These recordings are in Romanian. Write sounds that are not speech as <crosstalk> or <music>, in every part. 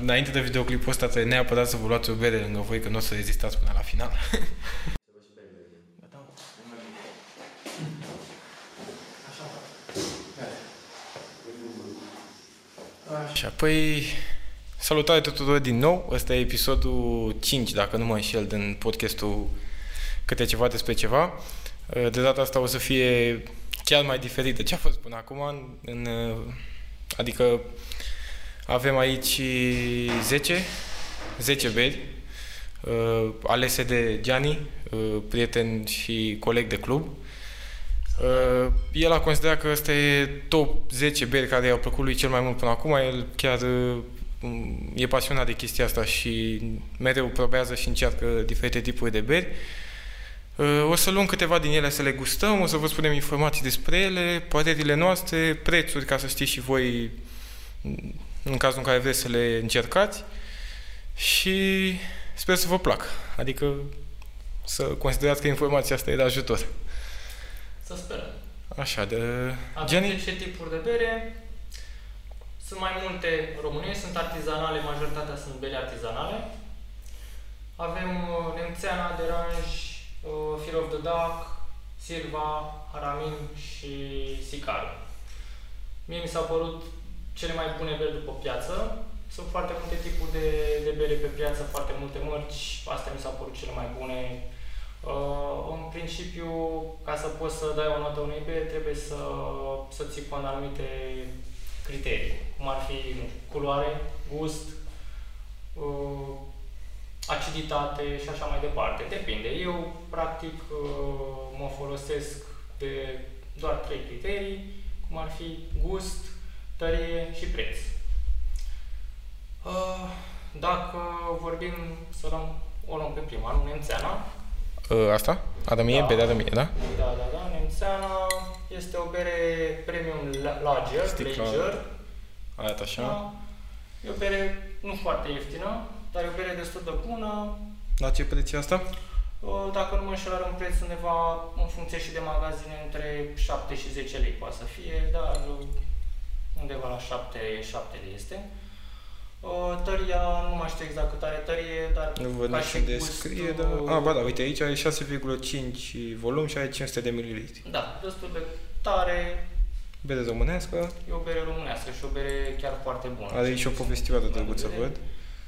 înainte de videoclipul ăsta trebuie neapărat să vă luați o bere lângă voi, că nu o să rezistați până la final. Așa, păi salutare tuturor din nou, ăsta e episodul 5, dacă nu mă înșel, din podcastul Câte ceva despre ceva. De data asta o să fie chiar mai diferit de ce a fost până acum, în, adică avem aici 10, 10 beri, uh, alese de Gianni, uh, prieten și coleg de club. Uh, el a considerat că ăsta e top 10 beri care i-au plăcut lui cel mai mult până acum. El chiar uh, e pasionat de chestia asta și mereu probează și încearcă diferite tipuri de beri. Uh, O să luăm câteva din ele să le gustăm, o să vă spunem informații despre ele, părerile noastre, prețuri ca să știți și voi în cazul în care vreți să le încercați și sper să vă plac. Adică să considerați că informația asta e de ajutor. Să sperăm. Așa, de... Avem Gianni? 10 tipuri de bere. Sunt mai multe românești, sunt artizanale, majoritatea sunt bere artizanale. Avem uh, Nemțeana, Deranj, uh, Fear of the Dark, Silva, Haramin și Sicaru. Mie mi s-au părut cele mai bune beri după piață. Sunt foarte multe tipuri de, de bere pe piață, foarte multe mărci. Astea mi s-au părut cele mai bune. Uh, în principiu, ca să poți să dai o notă unei beri, trebuie să, să ții până anumite criterii, cum ar fi nu știu, culoare, gust, uh, aciditate și așa mai departe. Depinde. Eu, practic, uh, mă folosesc de doar trei criterii, cum ar fi gust, tărie și preț. Uh, Dacă vorbim, să luăm, o luăm pe prima, nu nemțeana, Ă, Asta? Adamie? Da. Pe de Adamie, da? da, da, da, nemțeana este o bere premium la- lager, Sticla. lager, Arată așa. da. E o bere nu foarte ieftină, dar e o bere destul de bună. La ce preț e asta? Uh, Dacă nu mă înșel, are un preț undeva, în funcție și de magazine, între 7 și 10 lei poate să fie, dar uh, undeva la 7, 7 lei este. Uh, Tăria, nu mai știu exact cât are tărie, dar Nu văd ca nici și unde gustul- scrie, dar... A, ba da, uite, aici are 6,5 volum și are 500 de mililitri. Da, destul de tare, Bere românească, E o bere românească și o bere chiar foarte bună. Adică are și o povestioară drăguță, văd.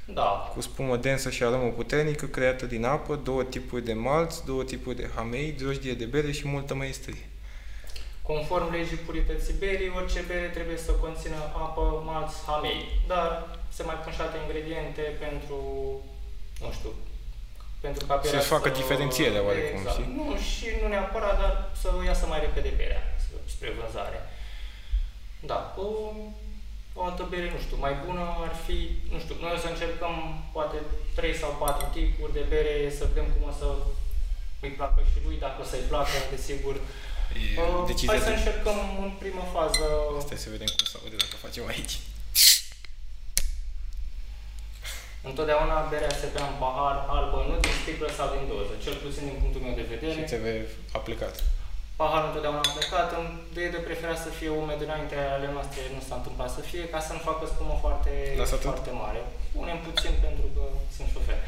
Da, cu spumă densă și aromă puternică, creată din apă, două tipuri de malți, două tipuri de hamei, drojdie de bere și multă maestrie. conform legii purității berii, orice bere trebuie să conțină apă, malț, hamei. Dar se mai pun și alte ingrediente pentru, nu știu, pentru ca berea Să-și facă diferențierea oarecum, exact. știi? Nu, și nu neapărat, dar să iasă mai repede berea spre vânzare. Da, o, o altă bere, nu știu, mai bună ar fi, nu știu, noi o să încercăm poate 3 sau 4 tipuri de bere, să vedem cum o să îi placă și lui, dacă o să-i placă, desigur. Uh, Decizia hai să de... încercăm în prima fază. Stai să vedem cum s-a aude dacă facem aici. Întotdeauna berea se bea în pahar albă, nu din sticlă sau din doză, cel puțin din punctul meu de Și vedere. TV a plecat. Paharul întotdeauna a plecat, îmi- de de preferat să fie umed înainte ale noastre, nu s-a întâmplat să fie, ca să nu facă spumă foarte, Lasă atât. foarte mare. Punem puțin pentru că sunt șofer.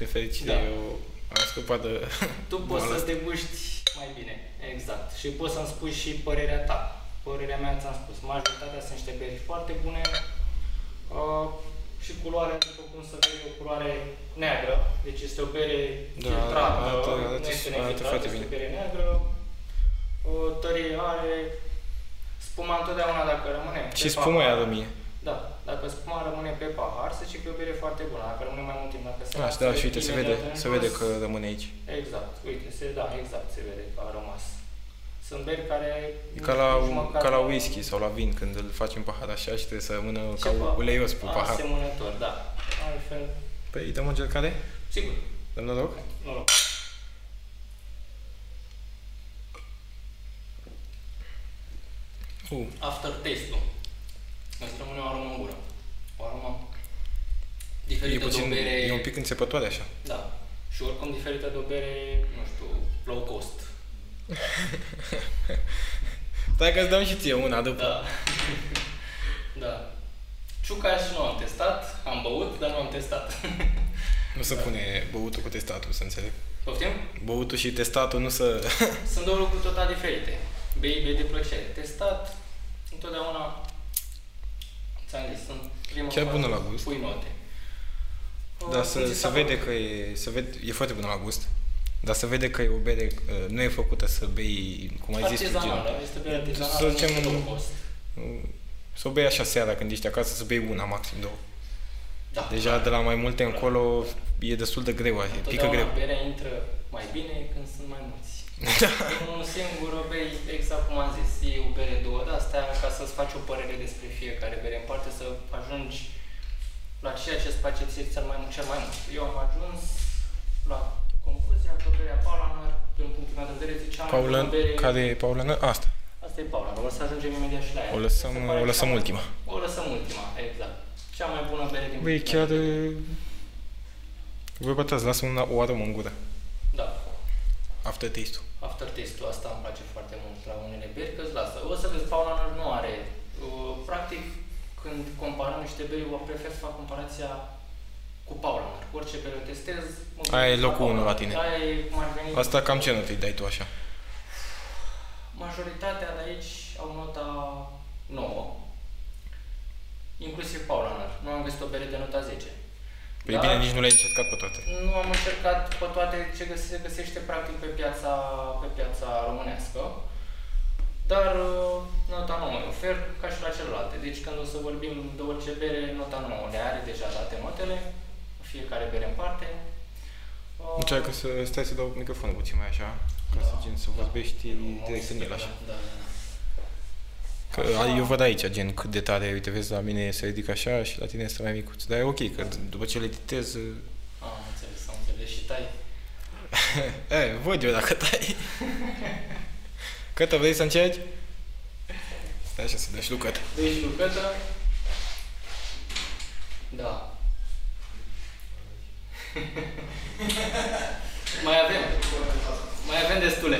De fericire, Da. eu am scăpat de... Tu Boala poți să deguști mai bine, exact. Și poți să-mi spui și părerea ta. Părerea mea ți-am spus. Majoritatea sunt niște beri foarte bune uh, și culoare, după cum să vezi, o culoare neagră. Deci este o bere Da, filtrată, arată- nu arată- este arată nefiltrată, foarte este bine. o bere neagră. Uh, tărie are, spuma întotdeauna dacă rămâne. <laughs> și pe spuma e pahar. aromie. Da, dacă spuma rămâne pe pahar, se zice că e o bere foarte bună. Dacă rămâne mai mult timp, dacă se Da, și da, lasă și uite, se imediat vede, în se vede jos, că rămâne aici. Exact, uite, se, da, exact, se vede că a rămas. Sunt beri care... E nu ca la, nici măcar ca la nu- whisky sau la vin, când îl faci în pahar așa și trebuie să rămână ca Ceva uleios pe pahar. Asemănător, da. Altfel, Păi îi dăm o încercare? sigur, Dăm noroc? noroc. Uh, Aftertaste-ul. Îți rămâne o aromă în gură. O aromă diferită e, puțin, de o bere... e un pic înțepătoare așa. Da. Și oricum diferită de o bere, nu știu, low cost. <laughs> Stai că îți dăm și ție una după. Da. da. Ciuca și nu am testat, am băut, dar nu am testat. <laughs> Nu se pune băutul cu testatul, să înțeleg. Poftim? Băutul și testatul nu se... <laughs> Sunt două lucruri total diferite. Bei, bei de plăcere. Testat, întotdeauna, ți-am zis, sunt prima Chiar oară bună la gust. Pui note. Dar Uh, cum se, ți se s-a vede părut? că e, se vede, e foarte bună la gust. Dar se vede că e o bere, uh, nu e făcută să bei, cum ai zis tu, Artizanală, gen, este bine artizanală, Să nu zicem- este low cost. uh, să o bei așa seara când ești acasă, să bei una, maxim două. Da. Deja de la mai multe încolo e destul de greu, așa, pică Întotdeauna greu. berea intră mai bine când sunt mai <laughs> mulți. Din un singur o bei, exact cum am zis, e o bere, două de astea, ca să-ți faci o părere despre fiecare bere în parte, să ajungi la ceea ce îți place ție cel mai mult. Cel mai mult. Eu am ajuns la concluzia că berea Paulaner, din punctul meu de vedere, este cea mai Paula, bună bere. care e Paula? Nă- Asta, Asta e Paulaner, o să ajungem imediat și la ea. o Se lăsăm, pare o cea lăsăm mai- ultima. O lăsăm ultima, exact. Cea mai bună bere din Băi, punctul meu chiar... de vedere. uh, Voi bătați, lasă una, o aromă în gură. Da. Aftertaste-ul. aftertaste-ul asta îmi place foarte mult la unele beri, că îți lasă. O să vezi, Paulaner nu are. uh, Practic, când comparăm niște beri, eu prefer să fac comparația cu Paulaner. Orice bere o testez, mă gândesc Aia e locul Paulaner. unu la tine. Aia e cum ar veni. Asta cam ce notă îi dai tu așa? Majoritatea de aici au nota 9, inclusiv Paulaner. Nu am găsit o bere de nota 10. Păi Dar- bine, nici nu le-ai încercat pe toate. Nu am încercat pe toate ce găs- se găsește practic pe piața, pe piața românească, dar uh, nota 9 îi ofer ca și la celelalte. Deci când o să vorbim de orice bere, nota 9 le are deja toate notele, fiecare bere în parte. Uh, Încearcă să stai să dau microfonul puțin mai așa, ca Da. să, gen, să Da. vorbești Nu, direct în el așa. Da, da, da. Că Așa. eu văd aici, gen, cât de tare, uite, vezi, la mine se ridică așa și la tine este mai micuț. Dar e ok, că d- după ce le editez, e, Am înțeles, am înțeles și tai. e, văd eu dacă <laughs> tai. Cătă, vrei să încerci? Stai așa să dai și lui Cătă. Deci bucătă. Da. <laughs> mai avem. Mai avem destule.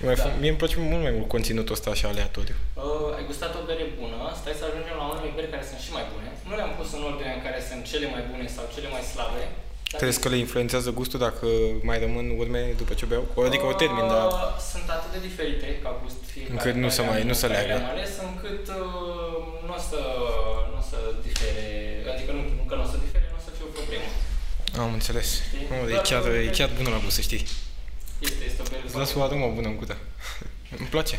Mai Da. fa- Mie îmi place mult mai mult conținutul ăsta așa aleatoriu. Uh, ai gustat o bere bună, stai să ajungem la unele beri care sunt și mai bune. Nu le-am pus în ordine în care sunt cele mai bune sau cele mai slabe. dar- Crezi că le influențează gustul dacă mai rămân urme după ce beau? O- Adică o termin, dar... Uh, Sunt atât de diferite ca gust fiecare. Încât nu care se mai- am- nu se care leagă. le-am ales încât uh, nu o să, nu o să difere, adică nu, nu că nu o să difere, nu o să fie o problemă. Am înțeles. Știi? Mamă, e Doar chiar, că- e chiar bună la gust, să știi. Este, este o bere Îți foarte las o aromă bună în gură. <laughs> Îmi place.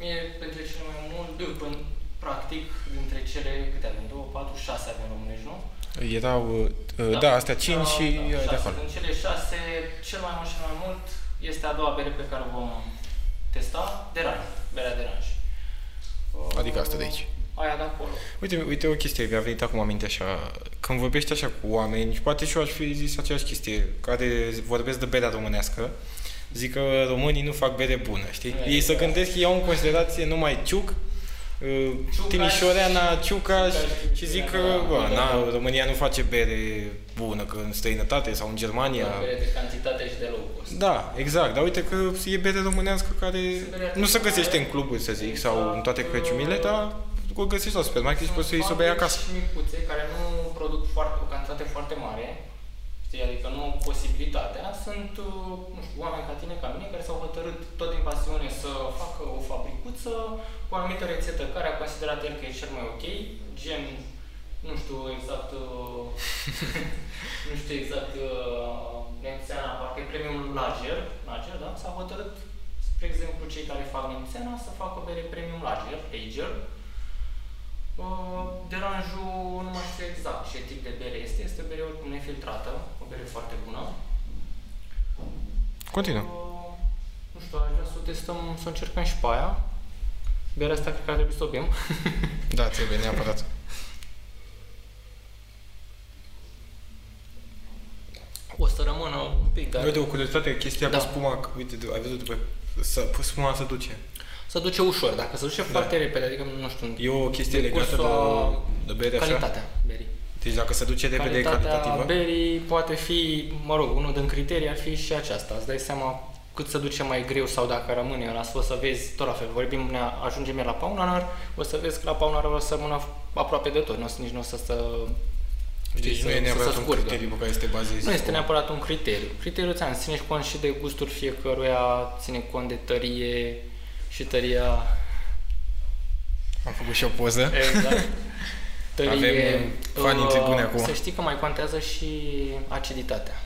Mie pentru cele mai mult, eu, până, practic, dintre cele, câte avem? 2, 4, 6 avem românești, nu? Erau, uh, da, da astea 5 da, și da, de șase. acolo. Din cele 6, cel mai mult și mai mult este a doua bere pe care o vom testa, deranj, berea deranj. Adică asta de aici. Aia de acolo. Uite, uite o chestie, mi-a venit acum aminte așa, când vorbești așa cu oameni, poate și eu aș fi zis aceeași chestie, care vorbesc de berea românească, zic că românii nu fac bere bună, știi? Da, Ei se da. gândesc că iau în considerație numai ciuc, uh, Ciuca Timișoreana, și- Ciuca și, Ciuca și și zic că Timișoreana, bă, da. na, România nu face bere bună, că în străinătate sau în Germania... O bere de cantitate și de low cost. Da, exact, dar uite că e bere românească care Se bere nu se artificială. găsește în cluburi, să zic, sau în toate Exact. căciumile, dar o găsești la supermarket și Sunt poți să iei să o bei fabrici acasă. micuțe care nu produc foarte, o cantitate foarte mare, știi, adică nu au posibilitatea, sunt uh, nu știu, oameni ca tine, ca mine, care s-au hotărât tot din pasiune să facă o fabricuță cu o anumită rețetă care a considerat el că e cel mai ok, gen, nu știu exact, uh, <laughs> nu știu exact, uh, nemțeana, parcă e premium lager, lager, da? S-a hotărât, spre exemplu, cei care fac nemțeana să facă bere premium lager, lager, Uh, deranjul nu mai știu exact ce tip de bere este. Este o bere oricum nefiltrată, o bere foarte bună. Continuă. Uh, nu știu, aș vrea să o testăm, să o încercăm și pe aia. Berea asta cred că ar trebui să o bem. Da, trebuie neapărat. O să rămână un pic, dar Eu de o curiozitate, chestia Da. cu spuma, că, uite, de- ai văzut după să pus spuma să duce. se duce ușor. Dacă se duce Da. foarte repede, adică nu știu, E o chestie De legată cursul de, de bere așa. calitatea berii. Deci dacă se duce repede Calitatea calitativă, berii poate fi, mă rog, unul din criterii ar fi și aceasta. Îți dai seama cât se duce mai greu sau dacă rămâne ăla, o să vezi, tot la fel, vorbim, ne ajungem la Paunanar, o să vezi că la Paunanar o să rămână aproape de tot, nu o să, nici nu o să, să Deci nu e neapărat un scurgă. criteriu pe care să te bazezi. Nu este cu- neapărat un criteriu. Criteriul ți-am ține cont și de gustul fiecăruia, ține cont de tărie și tăria... <laughs> Am făcut și o poză. Exact. Avem, uh, fani în uh, tribune acum. Să știi că mai contează și aciditatea.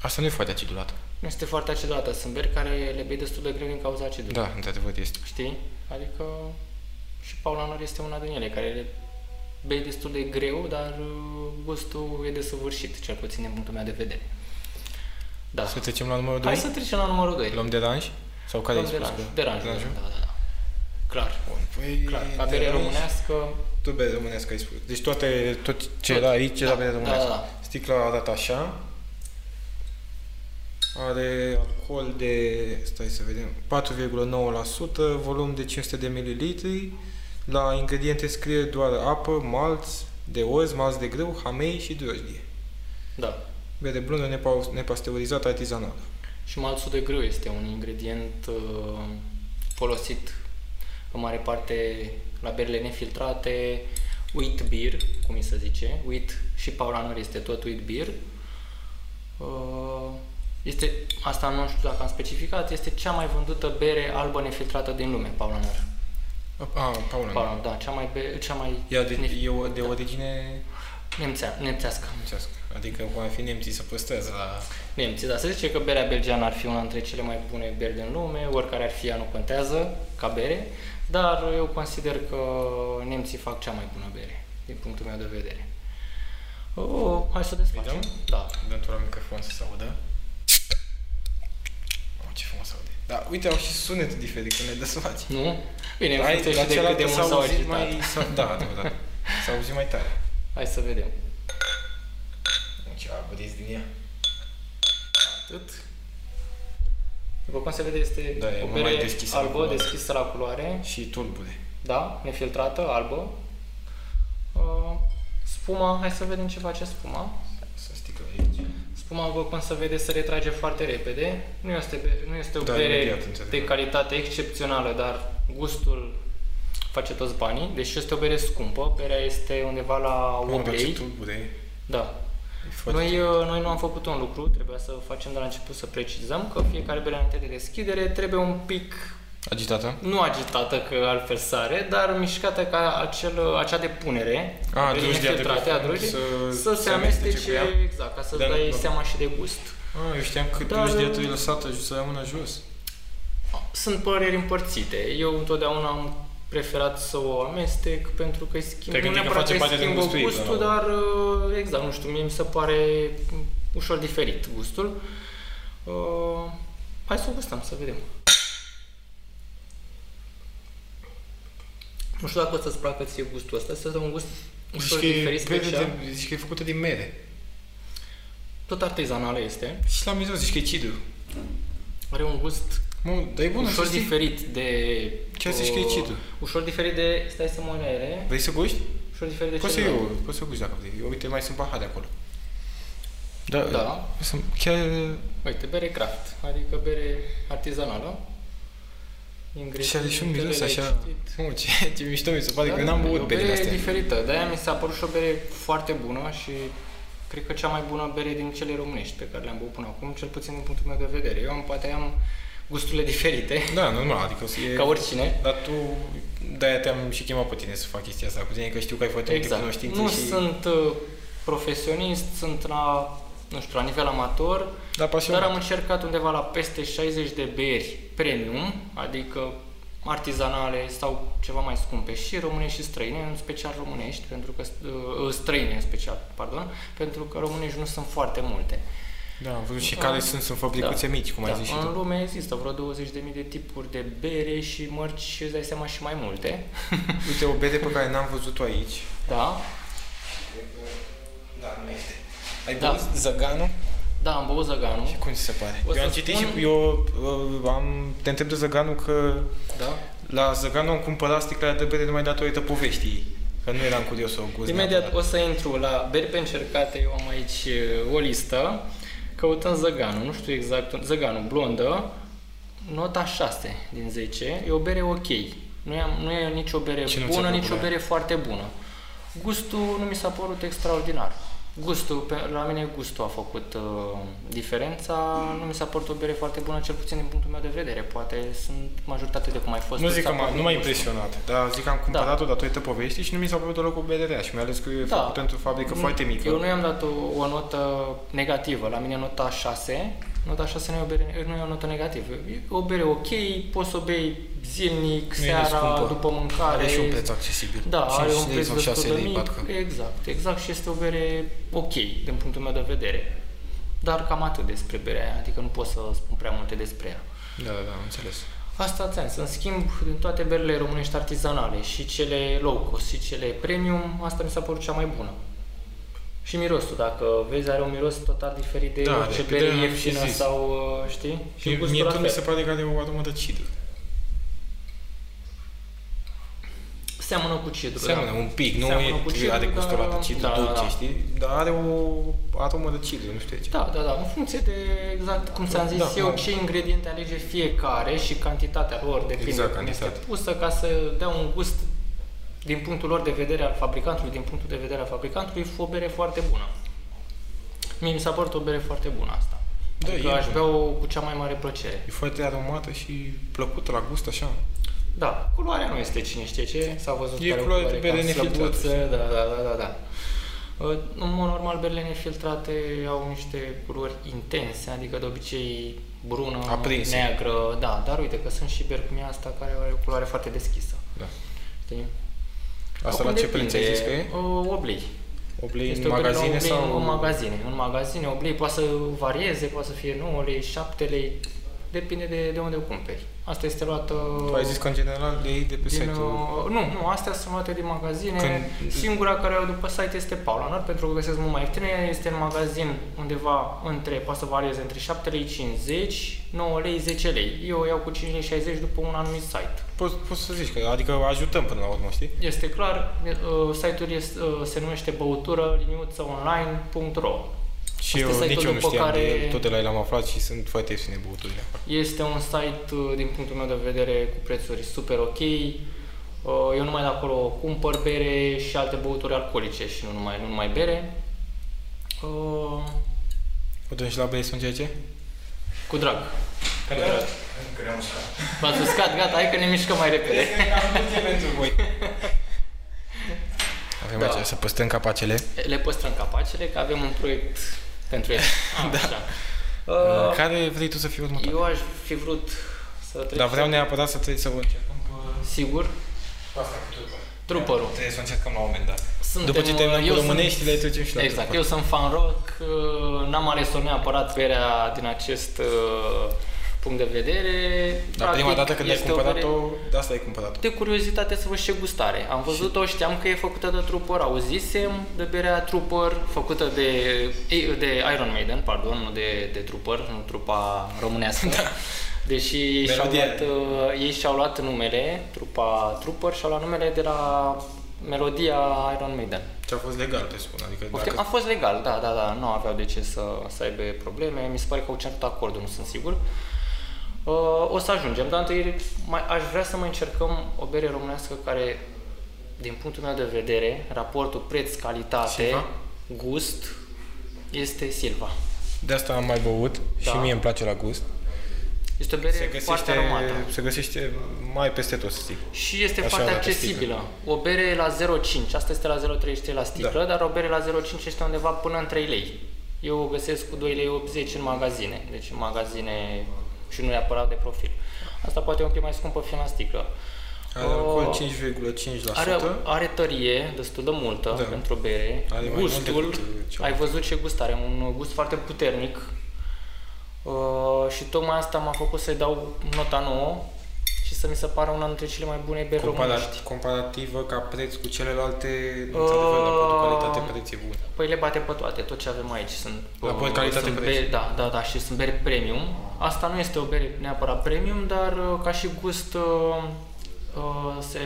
Asta nu e foarte acidulată. Nu este foarte acidată. Sunt beri care le bei destul de greu din cauza acidului. Da, într-adevăr este. Știi? Adică și Paulanar este una din ele care le bei destul de greu, dar uh, gustul e desăvârșit, cel puțin din punctul meu de vedere. Da. Să trecem la numărul 2? Hai să trecem la numărul 2. Luăm deranj? Sau care ai spus? că- Deranj, deranj, da, da, da. Clar, Bun, păi... clar. Ca bere deranj, românească, Tu bere românească ai spus. Deci toate, tot ce Tot. era aici era Da, bere da, românească. da, da. Sticla arată așa. Are alcool de, stai să vedem, 4,9%, volum de 500 de ml. La ingrediente scrie doar apă, malți de oz, malți de grâu, hamei și drojdie. da. Bere blondă nepa- nepasteurizată artizanală. Și malțul de grâu este un ingredient uh, folosit în mare parte la berile nefiltrate, wheat beer, cum îi se zice, wheat și paulaner este tot wheat beer. Uh, este, asta nu știu dacă am specificat, este cea mai vândută bere albă nefiltrată din lume, paulaner. A, Paula. Paulaner, da, cea mai, be- cea mai Ea de, nef- e o- de origine nemțea, nemțească. nemțească. Adică cum ar fi nemții să păstrează la... Nemții, dar se zice că berea belgeană ar fi una dintre cele mai bune beri din lume, oricare ar fi ea nu contează ca bere, dar eu consider că nemții fac cea mai bună bere, din punctul meu de vedere. Oh, hai să o desfacem. Vedem? Da. Dăm la microfon să se audă. Oh, ce frumos aude. Da, uite, au și sunet diferit când le desfaci. Nu? Bine, în Ai, funcție și de cât cealaltă de mult s-a s-au auzit agitat. mai... s-a- Da, adevărat. S-a auzit mai tare. Hai să vedem. Deci a bădit din ea. Atât. După cum se vede, este Da, e o mult bere mai deschisă la albă, culoare. deschisă la culoare. Și tulbure. Da, nefiltrată, albă. Uh, spuma, hai să vedem ce face spuma. Să sticlă aici. Spuma, după cum se vede, se retrage foarte repede. Nu este, be- nu este o Da, bere imediat, înțeleg. de calitate excepțională, dar gustul face toți banii. Deci este o bere scumpă. Berea este undeva la 8 Mamă, ce lei. tulbure. Da. E foarte Noi, uh, noi nu am făcut un lucru, trebuia să facem de la început să precizăm că fiecare bere înainte de deschidere trebuie un pic Agitată? nu agitată că altfel sare, dar mișcată ca acel, acea depunere A, berii drujdia de nefiltrate, a pe- drujdiei, să- să, se amestece se amestece, cu ea? Da, exact, ca să Dar nu- dai nu- seama și de gust. Ah, eu știam că Dar- tu ești de lăsată și să rămână jos. Sunt păreri împărțite. Eu întotdeauna am preferat să o amestec pentru că îi schimb, Te-ai nu gândit că neapărat face că îi parte din schimbă gustul ei, gustul, până la dar uh, exact, nu știu, mie mi se pare ușor diferit gustul. Uh, hai să o gustăm, să vedem. Nu știu dacă o să-ți placă ție gustul ăsta, este un gust ușor diferit, Zici că, e verde special. de- zici că e făcută din mere. Tot artizanală este. Și la miros zici că e cidru. Are un gust Mă, dar e bună, ușor să știi. diferit de... uh, Ce zici că e citul? Ușor diferit de... Stai să mă uit la ele. Vrei să guști? Ușor diferit de Poți să celelalte. eu, poți să guști dacă vrei. Eu, Uite, mai sunt pahare acolo. Da. Sunt chiar... Uite, bere craft, adică bere artizanală. Și are și un Ingredientele miros le-ai așa... citit. Mă, ce, ce mișto mi se pare Da, că n-am da, e băut o bere berile astea. diferită, de-aia mi s-a părut și o bere foarte bună și cred că cea mai bună bere din cele românești pe care le-am băut până acum, cel puțin din punctul meu de vedere. Eu am, poate am gusturile diferite, Da, normal, adică o să e... ca oricine. Dar tu, de-aia te-am și chemat pe tine să fac chestia asta cu tine, că știu că ai foarte multe Exact. cunoștințe Nu și... sunt uh, profesionist, sunt la, nu știu, la nivel amator, Dar Dar am pasionat. încercat undeva la peste 60 de beri premium, adică artizanale sau ceva mai scumpe și românești și străine, în special românești, pentru că uh, străine în special, pardon, pentru că românești nu sunt foarte multe. Da, am văzut și Da. care sunt, sunt fabricuțe mici, cum ai da, zis și în tu. lume există vreo 20.000 de tipuri de bere și mărci și îți dai seama și mai <laughs> multe. Uite, o bere pe care n-am văzut-o aici. Da, Da, nu este. Ai Da. băut zăganul? da, am băut zăganul. Și cum ți se pare? O să eu am citit spun- și eu uh, am, te întreb de Zăganu că Da. la Zăganu am cumpărat sticla de bere numai datorită poveștii ei, că nu eram curios să o gust Imediat neapărat. o să intru la beri pe încercate, eu am uh, aici e, o listă, căutăm zăganul, nu știu exact, un- zăganul blondă, nota 6 din 10. E o bere ok. Nu e, nu e nici o bere Și nu ți-a bună, nici o plăcut, bere foarte bună. Gustul nu mi s-a părut extraordinar. Gustul, pe, la mine gustul a făcut uh, diferența. Nu mi s-a părut o bere foarte bună, cel puțin din punctul meu de vedere. Poate sunt majoritate de cum ai fost. Nu mi zic s-a că m-a, părut nu m-a gustul. impresionat, dar zic că Da. am cumpărat-o datorită poveștii și nu mi s-a părut deloc o bederea și mai ales că e Da. făcută într-o fabrică Nu, foarte mică. Eu nu i-am dat o, o notă negativă. La mine nota 6. Nota 6 nu e o, bere, nu e o notă negativă. E o bere ok, poți să o bei zilnic, Nu e seara, scumpă. după mâncare. Are și un preț accesibil. Da, are 5 un lei preț sau destul 6 de lei, mic. parcă. Exact, exact. Și este o bere ok, din punctul meu de vedere. Dar cam atât despre berea aia, adică nu pot să spun prea multe despre ea. Da, da, da, am înțeles. Asta ți-am zis. În schimb, din toate berile românești artizanale, și cele low cost, și cele premium, asta mi s-a părut cea mai bună. Și mirosul, dacă vezi, are un miros total diferit de Da, da, are, orice pe bere de-aia am și ieftină zis. sau, uh, știi? Și Mie, mie gustul la tot mi fel. se pare că are o aromă de cidru. Seamănă cu cidru, Da. Seamănă un pic, nu Seamănă e, cu cidru, are dar- gustul ăla de cidru da, da, dulce, da. știi? Dar are o aromă de cidru, nu știu de ce. Da, da, da, în funcție de exact cum ți-am zis Da, eu, da. ce ingrediente alege fiecare și cantitatea lor depinde Exact, cum este cantitate. pusă ca să dea un gust din punctul lor de vedere al fabricantului, din punctul de vedere al fabricantului, o bere foarte bună. Mie mi s-a părut o bere foarte bună asta. Da, adică e aș bună. bea-o cu cea mai mare plăcere. E foarte aromată și plăcută la gust, așa. Da, culoarea nu este cine știe ce, s-a văzut E care culoare de bere cam nefiltrată, slăbuță, da, da, da, da, da. Uh, În mod normal, berele nefiltrate au niște culori intense, adică de obicei brună, Aprinse. neagră, da, dar uite că sunt și beri cum e asta care are o culoare foarte deschisă. Da. Știi? Asta Acum la ce preț ai depinde, zis că e? uh, Oblei. Oblei Este în o bere la magazine oblei, sau... În magazine, în magazine. Oblei poate să varieze, poate să fie 9 lei, 7 lei, depinde de, de unde o cumperi. Asta este luată... Tu ai zis că în general le iei de pe Din, site-ul... uh, nu, nu, astea sunt luate din magazine. Când- Singura care au după site este Paula Nord, pentru că o găsesc mult mai ieftine. Este în magazin undeva între, poate să varieze între 7 lei 50, 9 lei, 10 lei. Eu o iau cu 5 lei 60 după un anumit site. Poți, poți să zici că, adică ajutăm până la urmă, știi? Este clar, uh, site-ul este, uh, se numește băutură online.ro. Și Asta e eu site-ul nici eu nu după știam care- de el, tot de la el am aflat și sunt foarte ieftine băuturile acolo. Este un site, uh, din punctul meu de vedere, cu prețuri super ok. Uh, Eu numai de acolo cumpăr bere și alte băuturi alcoolice și nu numai, nu numai bere. Uh, Atunci la băieți sunt ceea ce? Da. Cu drag. Cu drag. <laughs> Încă ne-am uscat. V-ați uscat, gata, hai că ne mișcăm mai repede. pentru voi. <laughs> Avem Da. da. să păstrăm capacele. Le păstrăm capacele, că avem un proiect pentru ele. Ah, da. Așa. Uh, Uh, Care vrei tu să fii următor? Eu aș fi vrut să trec... Dar vreau neapărat să trebuie să vă încercăm pe... Sigur, Asta cu trupă. trupărul. Trebuie să încercăm la un moment dat. Suntem, uh, După ce terminăm eu cu sunt- românești, le trecem și la Exact, trupă. eu sunt fan rock, uh, n-am ales-o neapărat berea din acest uh, punct de vedere. Dar Practic, prima dată când ai este o bere cumpărat-o, de asta ai cumpărat-o. De curiozitate să văd și ce gustare. Am văzut-o, știam că e făcută de Trooper, auzisem de berea Trooper, făcută de, ei, de Iron Maiden, pardon, nu de, de Trooper, nu trupa românească. Da. <laughs> Deși și-au Melodia. luat, uh, ei și-au luat numele, trupa Trooper, și-au luat numele de la melodia Iron Maiden. Ce a fost legal, te spun. Adică Poftim, dacă... A fost legal, da, da, da, nu aveau de ce să, să aibă probleme, mi se pare că au cerut acordul, nu sunt sigur. Uh, o să ajungem, dar întâi mai, aș vrea să mai încercăm o bere românească care, din punctul meu de vedere, raportul preț-calitate, Silva? gust, este Silva. De asta am mai băut și Da. mie îmi place la gust. Este o bere Se foarte găsește, aromată. se găsește mai peste tot, să zic. Și este Așa, foarte la accesibilă. O bere la 0,5, asta este la 0,33 la sticlă, Da. dar o bere la 0,5 este undeva până în 3 lei. Eu o găsesc cu 2,80 lei în magazine, deci în magazine și nu neapărat de profil. Asta poate e un pic mai scumpă fiind la sticlă. Are Uh, alcool 5,5%. are, are tărie destul de multă Da. da. pentru bere. Are mai mult Gustul, decât, uh, cealaltă. ai văzut ce gust are, un gust foarte puternic. Uh, și tocmai asta m-a făcut să-i dau nota 9 și să mi se pară una dintre cele mai bune beri românești. Comparat, comparativă ca preț cu celelalte, într-adevăr, la Uh, produs calitate preț e bun. Păi le bate pe toate, tot ce avem aici sunt, La uh, bun calitate sunt preț. beri, da, da, da, și sunt beri premium. Asta nu este o bere neapărat premium, dar uh, ca și gust uh, uh, se,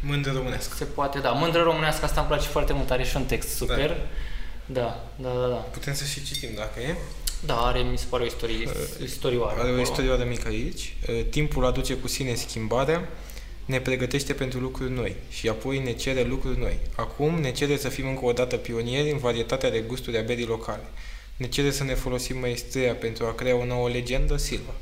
Mândră românesc. se poate, da. Mândră românească, asta îmi place foarte mult, are și un text super. Da, da, da, da. Putem să și citim dacă e. Da, are, mi se pare, o istorie, istorioară. Uh, Are o acolo. istorie de mică aici. Timpul aduce cu sine schimbarea, ne pregătește pentru lucruri noi și apoi ne cere lucruri noi. Acum ne cere să fim încă o dată pionieri în varietatea de gusturi a berii locale. Ne cere să ne folosim maestria pentru a crea o nouă legendă, Silva.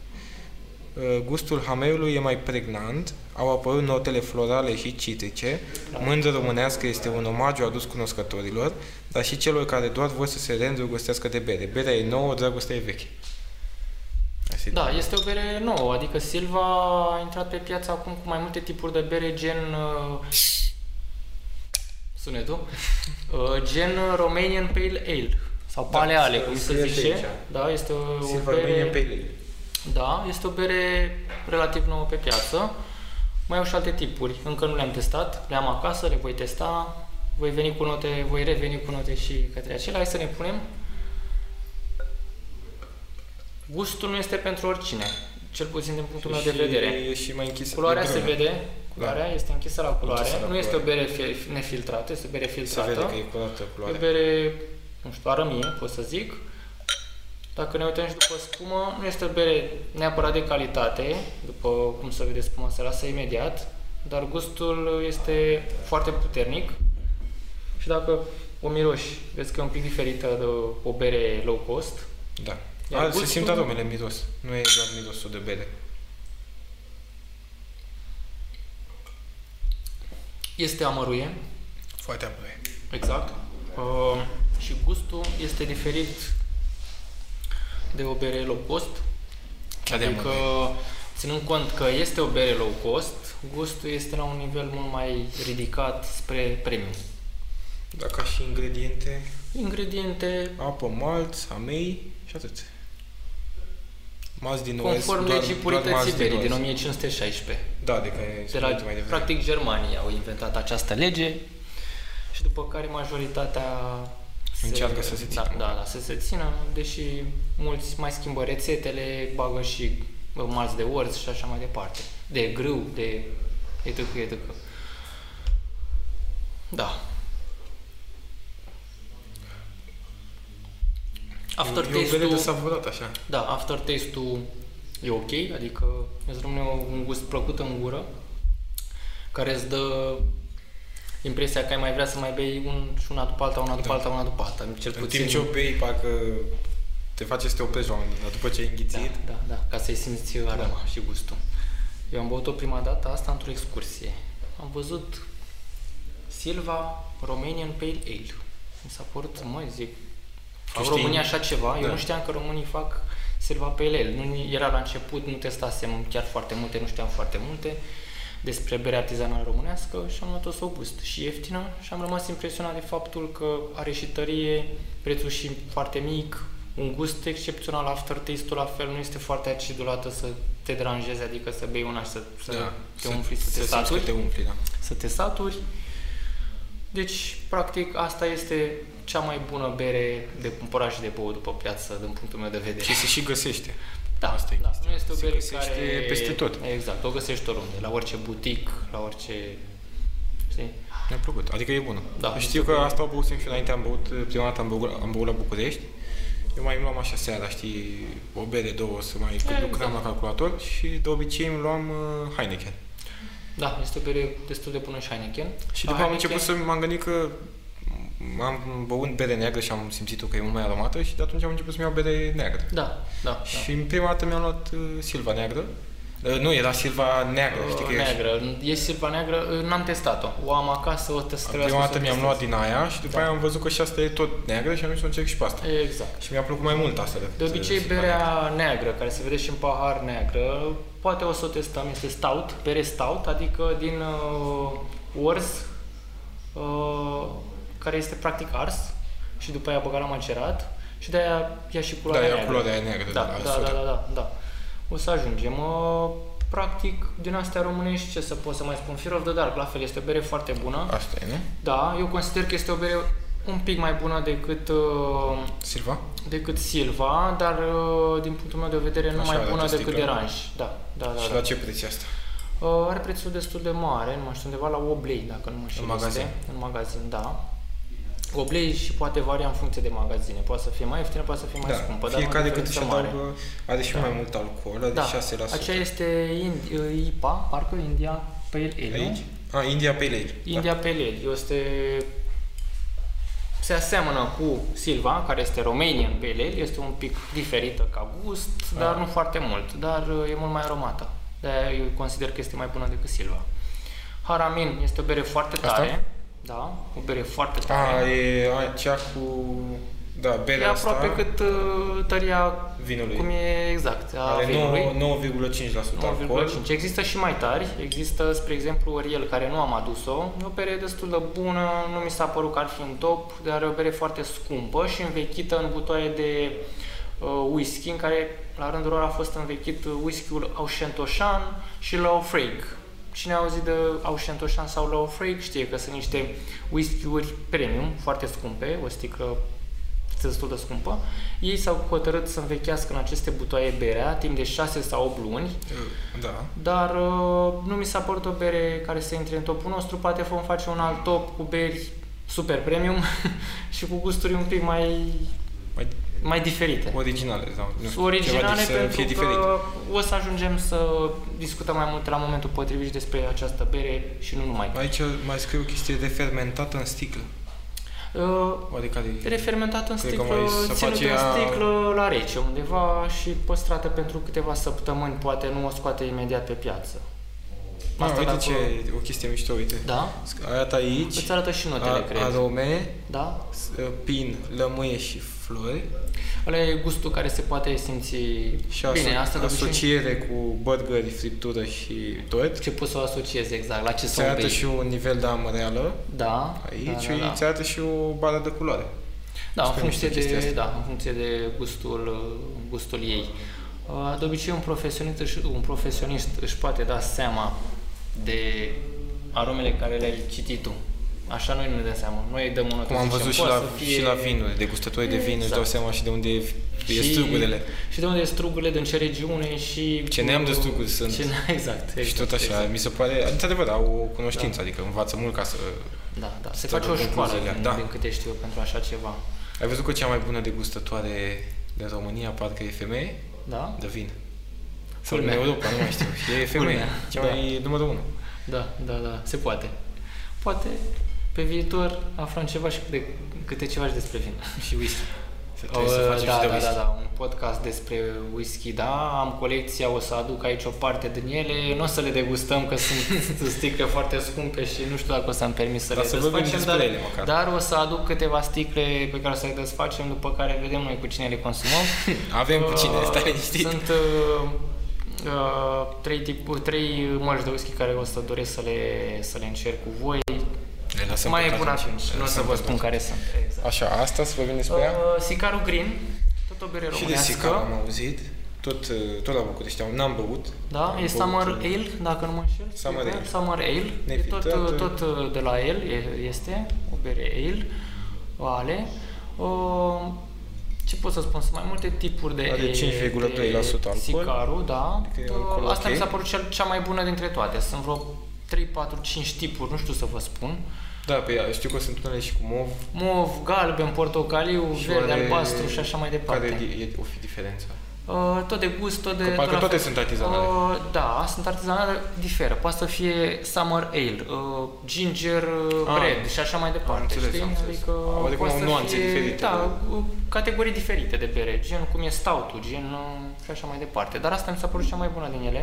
Gustul hameiului e mai pregnant, au apărut notele florale și citrice, mândră românească este un omagiu adus cunoscătorilor, dar și celor care doar vor să se reîndrăgostească de bere. Berea e nouă, dragostea e veche. Asta e Da, este o bere nouă, adică Silva a intrat pe piață acum cu mai multe tipuri de bere, gen... Uh, sunetul? Uh, gen Romanian Pale Ale sau Da, Pale Ale, se- cum se scrie zice. aici. Da, este o, Silva o România bere... Pale Ale. Da, este o bere relativ nouă pe piață. Mai au și alte tipuri, încă nu le-am testat, le am acasă, le voi testa, voi veni cu note, voi reveni cu note și către acelea. Hai să ne punem. Gustul nu este pentru oricine, cel puțin din punctul meu de Și- vedere. E și mai închisă. Culoarea e se brână. vede, culoarea este închisă la culoare, Închisă la nu este o culoare. bere fi- nefiltrată, este o bere Se filtrată. vede că e curată exact, da? E culoarea. bere, nu știu, arămie, pot să zic. Dacă ne uităm și după spumă, nu este o bere neapărat de calitate, după cum se vede spuma se lasă imediat, dar gustul este foarte puternic. Și dacă o miroși, vezi că e un pic diferită de o bere low cost. Da. Iar Are, se gustul- simt aromele în miros. Nu e doar mirosul de bere. Este amăruie, Foarte aproape. Exact. Uh, și gustul este diferit de o bere low cost. Chiar de adică, ținând cont că este o bere low cost, gustul este la un nivel mult mai ridicat spre premium. Da, ca și ingrediente, Ingrediente apă, malt, hamei și atât. Mas din orez, conform doar- legii doar purității mas berii din orez. 1516. Da, de care ai De spus la, mai devreme. practic, Germania au inventat această lege și după care majoritatea Încearcă să se Da, țină. da, da, să se țină, deși mulți mai schimbă rețetele, bagă și bă, malți de orz și așa mai departe. De grâu, de etc. etc. Da. E o bere de Aftertaste-ul... savurat, așa. Da, aftertaste-ul e ok, adică îți rămâne un gust plăcut în gură, care îți dă impresia că ai mai vrea să mai bei un, și una după alta, una după Da. alta, una după alta. Cel În puțin, timp ce o bei, parcă te face să te oprești la un moment dat, după ce ai da, înghițit. da, da, ca să-i simți aroma și gustul. Eu am băut-o prima dată asta într-o excursie. Am văzut Silva Romanian Pale Ale. Mi s-a părut, măi, zic, fac știi? România așa ceva. Eu Da. nu știam că românii fac Silva Pale Ale. Nu era la început, nu testasem chiar foarte multe, nu știam foarte multe despre bere artizanală românească și am luat-o să o gust și ieftină și am rămas impresionat de faptul că are și tărie, prețul și foarte mic, un gust excepțional, aftertaste-ul la fel, nu este foarte acidulată să te deranjeze, adică să bei una și să, să Da, te umfli, să să, te simți că saturi te umfli, da. să te saturi. Deci, practic, asta este cea mai bună bere de cumpărat și de băut după piață, din punctul meu de vedere. Și se și găsește. Da, asta e da, nu este o Se bere găsește care... peste tot. Exact, o găsești oriunde, la orice butic, la orice... Știi? Mi-a plăcut, adică e bună. Da. Știu că asta au băut și înainte, am băut, prima dată am băut, am băut la București. Eu mai îmi luam așa seara, știi, o bere, două, să mai cât Exact. lucram la calculator și de obicei îmi luam uh, Heineken. Da, este o bere destul de bună și Heineken. Și La după am Heineken- început să m-am gândit că am băut bere neagră și am simțit-o că e mult mai aromată și de atunci am început să-mi iau bere neagră. Da, da. Și în prima dată mi-am luat uh, Silva neagră. Uh, nu, era Silva neagră, da. știi că Uh, e așa. neagră. E silva neagră, uh, n-am testat-o. O am acasă, o test- trebuie să Prima o dată mi-am testez. luat din aia și după Da. aia am văzut că și asta e tot neagră și am zis să o încerc și pe asta. Exact. Și mi-a plăcut mai mult asta. decât, De obicei, uh, Silva berea neagră, care se vede și în pahar neagră, poate o să o testăm, este stout, bere stout, adică din uh, orz, uh, care este practic ars și după aia băgat la macerat și de-aia ia și culoarea Da, era neagră. culoarea aia neagră. Da, da, da, da, da, da. O să ajungem. Uh, practic, din astea românești, ce să pot să mai spun? Fear of the Dark, la fel, este o bere foarte bună. Asta e, nu? Da, eu consider că este o bere un pic mai bună decât uh, Silva? decât Silva, dar uh, din punctul meu de vedere nu Așa, mai la bună acest decât sticlă. Deranj. Da, da, și da. la da. ce preț e asta? Uh, Are prețul destul de mare, nu mai știu, undeva la 8 lei, dacă nu mă știu. magazin. În magazin, da. oblei și poate varia în funcție de magazine. Poate să fie mai ieftină, poate să fie mai da, scumpă, dar fiecare cât își diferență mare. adaugă, are și Da. mai mult alcool, are Da, 6%. aceea este Indi- uh, IPA, parcă India Pale Ale, nu? Aici? A, India Pale Ale. India da. Pale Ale este se aseamănă cu Silva, care este Romanian Pale Ale, este un pic diferită ca gust, Da. dar nu foarte mult, dar uh, e mult mai aromată. de eu consider că este mai bună decât Silva. Haramin este o bere foarte Asta? tare. Da, o bere foarte Da. A, tare. e aceea cu... Da, e berea asta, aproape cât uh, tăria vinului. cum e exact, a Are vinului. 9,5% alcool. 9,5. Există și mai tari. Există, spre exemplu, Oriel, care nu am adus-o. E o bere destul de bună, nu mi s-a părut că ar fi în top, dar e o bere foarte scumpă și învechită în butoaie de uh, whisky, în care, la rândul lor, a fost învechit uh, whisky-ul Aușentoșan și Low Freak. Cine a auzit de Aușentoșan sau Low Freak știe că sunt niște whisky-uri premium, foarte scumpe, o sticlă destul de scumpă. Ei s-au hotărât să învechească în aceste butoaie berea timp de 6 sau 8 luni Da. dar uh, nu mi s-a părut o bere care să intre în topul nostru, poate vom face un alt top cu beri super premium <laughs> și cu gusturi un pic mai, Mai mai diferite. originale, da. Nu, știu, Originale ceva de să pentru fie că diferit. o să ajungem să discutăm mai multe la momentul potrivit și despre această bere și nu numai. Aici mai scriu o chestie de fermentată în sticlă. Uh, Oare care e? Refermentată în Cred că sticlă, mai se ținută face în ea- sticlă la rece undeva și păstrată pentru câteva săptămâni, poate nu o scoate imediat pe piață. Ah, uite dacă- ce, o chestie mișto, uite. Da? Arată aici, Îți arată și notele, a- cred. arome, Da? s- uh, pin, lămâie și flori. Ăla e gustul care se poate simți Și bine. aso- Asta de obicei asociere cu burgeri, friptură și tot. ce poți să o asociezi exact, la ce Îți să o arată bei. și un nivel de amăreală Da, aici, da, da, îți da. arată și o bară de culoare. da, în Super mișto funcție chestia de, asta. da, în funcție de gustul, uh, gustul ei. Uh, De obicei, un profesionist, își- un profesionist își poate da seama de aromele care le-ai citit tu. Așa noi nu ne dăm seama. Noi dăm o notă. Cum am zicem, văzut și poate la, să și la vinuri, degustători de vin își dau Exact. seama și Exact, de unde e, e Și- strugurele. Și de unde e strugurile, din ce regiune și... Ce neam de struguri sunt. Ce, <laughs> exact, exact. și tot așa, exact. mi se pare, într-adevăr, au o cunoștință, adică învață mult ca să... Da, da. Se Să face o tragem școală, concluziile, din, da. din câte știu eu, pentru așa ceva. Ai văzut că cea mai bună degustătoare din România parcă e femeie Da? de vin? Sau din Culmea. Europa, nu mai <laughs> știu. E femeie, Culmea, cea da. mai numărul unu. Da, da, da. Se poate. Poate pe viitor aflăm ceva și de, câte ceva și despre vin <laughs> și whisky. Să trebuie să Uh, facem da, și de da, da, whisky. da, un podcast despre whisky, da, am colecția, o să aduc aici o parte din ele, nu o să le degustăm că <laughs> sunt sticle foarte scumpe și nu știu dacă o să-mi permis să Dar le să vorbim desfacem, despre dar, ele măcar. dar o să aduc câteva sticle pe care o să le desfacem, după care vedem noi cu cine le <laughs> consumăm. Avem cu cine, Uh, stai liniștit. Sunt uh, uh, trei, tip, trei mărci de whisky care o să doresc să le, să le încerc cu voi. Le lăsăm Mai pe e toate până aici. atunci, Le nu o să lăsăm vă pe spun toate. care sunt. Exact. Așa, asta să vorbim despre ea. Uh, Sicarul Green, tot o bere Păi Și de românească. Sicar am auzit, tot, uh, tot la București, am- n-am băut. Da, e Am Summer băut, uh, Ale, dacă nu mă înșel. Summer Da, Ale. Summer Ale. E tot, Nefiltrată. uh, tot uh, de la Ale e- este, o bere Ale, o ale. Uh, Ce pot să spun? Sunt mai multe tipuri de Are 5,3% alcool. Sicarul, da. Adică e Uh, alcool Asta ok. mi s-a părut cel- cea mai bună dintre toate. Sunt vreo 3, 4, 5 tipuri, nu știu să vă spun. Da, pe ea, știu că sunt unele și cu mov. Mov, galben, portocaliu, și verde, oare albastru și așa mai departe. Care e, o fi diferența? Uh, tot de gust, tot de... Că parcă tot la toate fel. sunt artizanale. Uh, da, sunt artizanale, dar diferă. Poate să fie summer ale, uh, ginger uh, Ah, bread și așa mai departe. înțeles, știi? am înțeles. Adică Au de cum poate au să nuanțe fie, diferite, Da, da. uh, categorii diferite de bere, gen cum e stoutul, gen uh, și așa mai departe. Dar asta mi s-a părut cea mai bună din ele.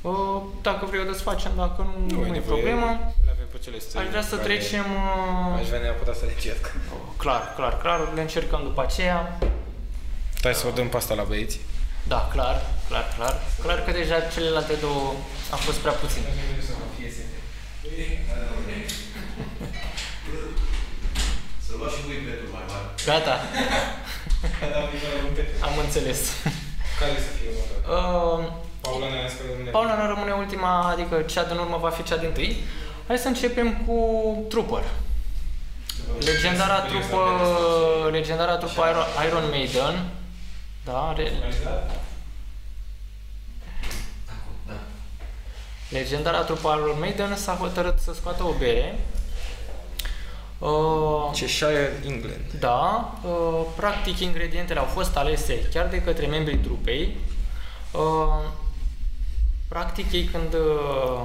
Uh, dacă vrei o desfacem, dacă nu, nu, nu e problemă. Le avem pe cele Aș vrea să care- trecem... Uh, Aș vrea neapărat să le <laughs> cerc. Clar, clar, clar. Le încercăm după aceea. Stai să o dăm pasta la băieți. Da, clar, clar, clar. Clar că deja celelalte două a fost prea puțin. Să luați și voi pentru mai mare. Gata, am înțeles. Care să fie următoarea? Uh, Paula Nească rămâne. Paula nu rămâne ultima, adică cea din urmă va fi cea din tâi. Hai să începem cu Trooper. Legendara trupă, legendara trupă Iron, Iron Maiden. Da, re, Legendara trupa Iron Maiden s-a hotărât să scoată o bere Uh, Cheshire, England. da, uh, practic ingredientele au fost alese chiar de către membrii trupei. Uh, Practic ei când uh,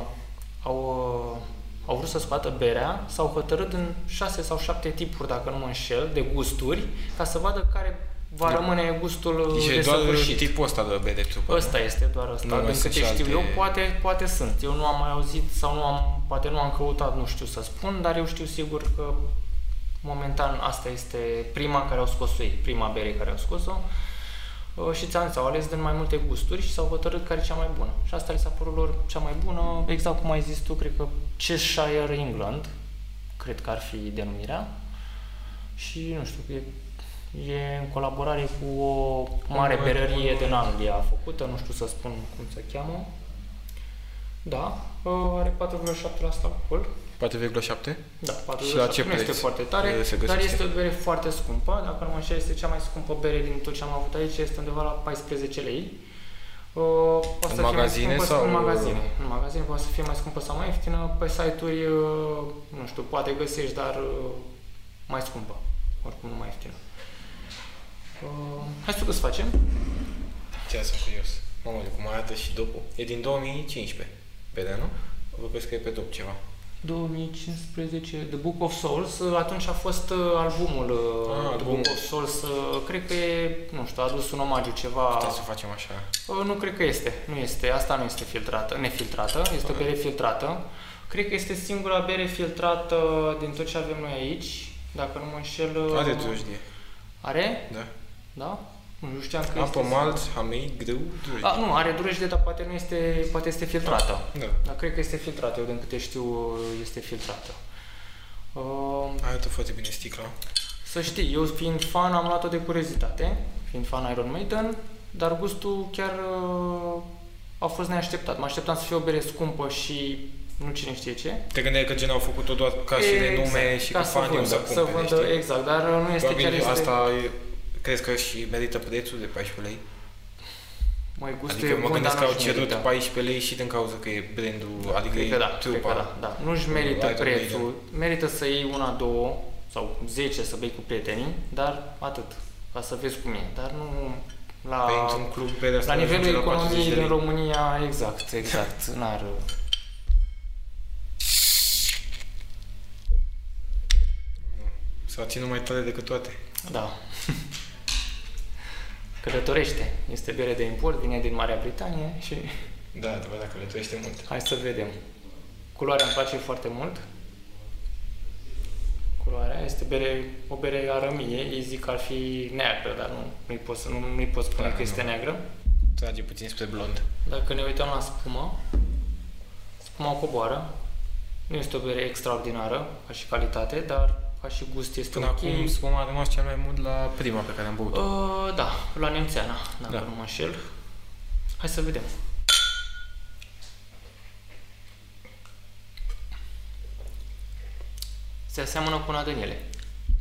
au, uh, au vrut să scoată berea, s-au hotărât în 6 sau 7 tipuri, dacă nu mă înșel, de gusturi, ca să vadă care va Da. rămâne gustul Deci deci e doar desăvârșit. Tip... tipul ăsta de bere trupă. Ăsta este doar ăsta, Nu mai din sunt câte și știu alte- eu, poate, poate sunt. Eu nu am mai auzit sau nu am, poate nu am căutat, nu știu să spun, dar eu știu sigur că momentan asta este prima care au scos-o ei, prima bere care au scos-o. Uh, și ți-am zis, au ales din mai multe gusturi și s-au hotărât care e cea mai bună. Și asta le s-a părut lor cea mai bună, exact cum ai zis tu, cred că Cheshire England, cred că ar fi denumirea. Și nu știu, e, e în colaborare cu o mare Cu- berărie din Anglia făcută, nu știu să spun cum se cheamă. Da, uh, are 4,7% alcool. ăsta. 4,7? Da, 4 Și la ce nu este preț foarte tare, se dar găsește? este o bere foarte scumpă. Dacă nu mă înșel, este cea mai scumpă bere din tot ce am avut aici, este undeva la 14 lei. Uh, poate să fie mai magazine scumpă sau- În magazine. În magazine poate să fie mai scumpă sau mai ieftină. Pe site-uri, uh, nu știu, poate găsești, dar uh, mai scumpă. Oricum nu mai ieftină. Uh, hai să cât să facem. Ce să curios. Mamă, cum arată și dopul. E din 2015. Bere, nu? Vă că e pe dop ceva. 2015, The Book of Souls, uh, atunci a fost uh, albumul Ah, ah, The albumul. Book of Souls, uh, cred că e, nu știu, a adus un omagiu ceva, Putem să facem așa. Uh, nu cred că este, nu este, asta nu este filtrată, nefiltrată, este o bere filtrată, cred că este singura bere filtrată din tot ce avem noi aici, dacă nu mă înșel, uh, Are drojdie. are? Da. Da? Nu, eu știam că Apă, este... malt, hamei, grâu, drojdie. A, nu, are durejde, dar poate nu este, poate este filtrată. Da. Dar cred că este filtrată, eu din câte știu este filtrată. Uh, Arată foarte bine sticla. Să știi, eu fiind fan am luat-o de curiozitate, fiind fan Iron Maiden, dar gustul chiar uh, a fost neașteptat. Mă așteptam să fie o bere scumpă și nu cine știe ce. Te gândeai că gen au făcut-o doar ca și renume și ca Exact. ca să fanii o vândă, să să cumpere, vândă, știi? exact, dar uh, nu este chiar Probabil este... asta e- crezi că și merită prețul de 14 lei? Măi, gustul Adică e mă bun, gândesc că dar au nu-și cerut merită. 14 lei și din cauza că e brandul, adică Cred e că da, cred că trupa. da, da. Nu-și merită Iron Maiden. prețul, merită să iei una, două sau zece să bei cu prietenii, dar atât, ca să vezi cum e. Dar nu la... Păi într-un club pe La asta nivelul ajunge la 40 de economiei din lei. România, exact, exact, n-ar... S-a ținut mai tare decât toate. Da. Călătorește. Este bere de import, vine din Marea Britanie și Da, adevărat, dacă le trăiește mult. hai să vedem. Culoarea îmi place foarte mult. Culoarea este bere, o bere a rămie, ei zic că ar fi neagră, dar nu, nu-i pot, să- nu, nu-i pot spune Da, că este nu. neagră. Trage puțin spre blond. Dacă ne uităm la spumă, spuma coboară. Nu este o bere extraordinară ca și calitate, dar ca și gust este Până ok. acum spuma a rămas cel mai mult la prima pe care am băut-o. Uh, da, la Nemțeana, dacă Da. da. nu mă înșel. Hai să vedem. Se aseamănă cu una din ele.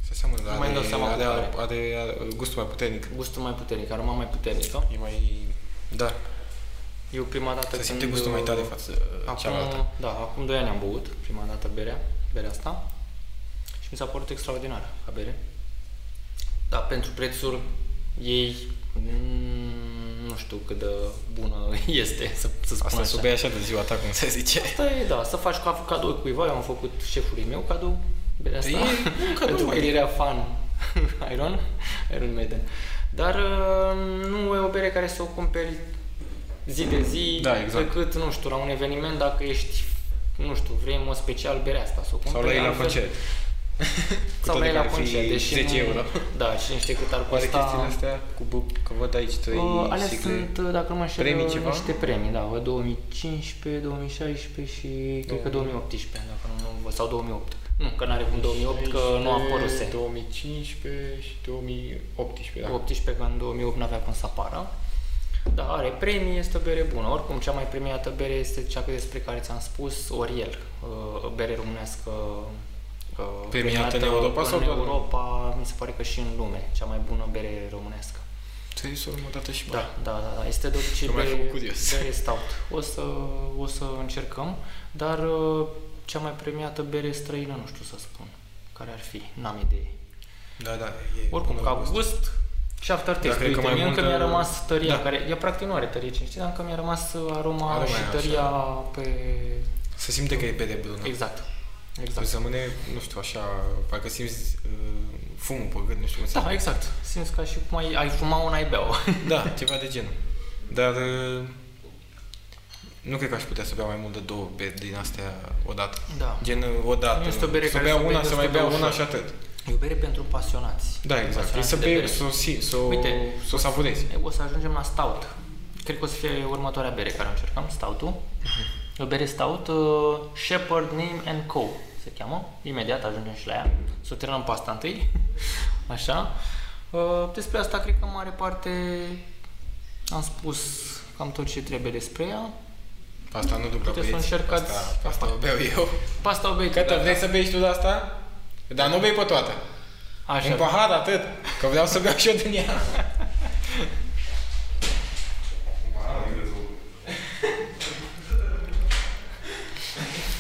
Se seamănă, dar nu mai are, dau seama cu are, are, care. are gustul mai puternic. Gustul mai puternic, aroma mai puternică. E mai... Da, Eu prima se dată când, uh, simte gustul mai tare față de Acum, cealaltă. da, acum 2 ani am băut prima dată berea, berea asta și mi s-a părut extraordinară ca bere. Dar pentru prețul ei, mm, nu știu cât de bună <laughs> este, să, să spun Asta așa. să bei așa de ziua ta, cum se zice. Asta e, da, să faci ca- cadou cuiva, eu am făcut șefului meu cadou, berea asta, E un cadou, pentru că el adică. era fan <laughs> Iron, Iron Maiden. Dar uh, nu e o bere care să o cumperi zi de zi, Da, exact. decât, nu știu, la un eveniment, dacă ești, nu știu, vrei în mod special berea asta, să o cumperi. Sau la ei la altfel- concert. Cu Sau toate la ei la că ar fi concert, deși 10 nu- euro. Da, și niște cât ar Oare costa. chestiile astea cu bup, că văd aici trei Uh, alea sigle. sunt, uh, dacă nu mă înșel, Premii premii ceva? niște premii, da, uh, 2015, 2016 și cred că 2018, dacă nu, nu sau 2008. Nu, că n-are cum 2008, că nu apăruse. 2015 și 2018, da. 18, că în 2008 n-avea cum să apară. Da, are premii, este o bere bună. Oricum, cea mai premiată bere este cea despre care ți-am spus, Oriel, uh, bere românească uh, Premiată în Europa în sau doar în- Europa, mi se pare că și în lume, cea mai bună bere românească. Trebuie să urmă dată și Da, da, da, da. Este de obicei Că m-ai bere- făcut curios. bere stout. O să, o să încercăm, dar uh, cea mai premiată bere străină, nu știu să spun, care ar fi, n-am idee. Da, da. E Oricum, un ca gust și aftertaste. Dar cred că Uite, mai mie încă multă- mi-a rămas tăria, Da. care, ea practic nu are tărie cinci, dar încă mi-a rămas uh, aroma Aroma și aia, tăria pe... Se simte că e pe de brână. Exact. Exact. Exact. Să rămâne, nu știu, așa, parcă simți uh, fumul pe gât, nu știu cum se Da, exact. Simți ca și cum ai, ai fuma un ai bea Da, ceva de genul. Dar uh, nu cred că aș putea să beau mai mult de două beri din astea odată. Da. Gen uh, odată. Nu este o bere să care bea să o bei una, de să mai sub bea două una ore. și atât. E o bere pentru pasionați. Da, exact. E Pasionați să de bei, bere. să o, si- să, o, Uite. să o savurezi. E, O să ajungem la stout. Cred că o să fie următoarea bere care o încercăm, stoutul. O bere stout, uh, Shepherd Neame and Co. se cheamă. Imediat ajungem și la ea. Să o terminăm pe asta întâi. <laughs> Așa. Uh, Despre asta cred că în mare parte am spus cam tot ce trebuie despre ea. Asta nu duc la Puteți să băieți. încercați. Asta, asta o beau eu. Pasta o bei tu, Cătă, da, vrei să bei și tu de asta? Dar nu bei pe toată. da. Așa. Un pahar atât, că vreau să beau și eu din <laughs> ea.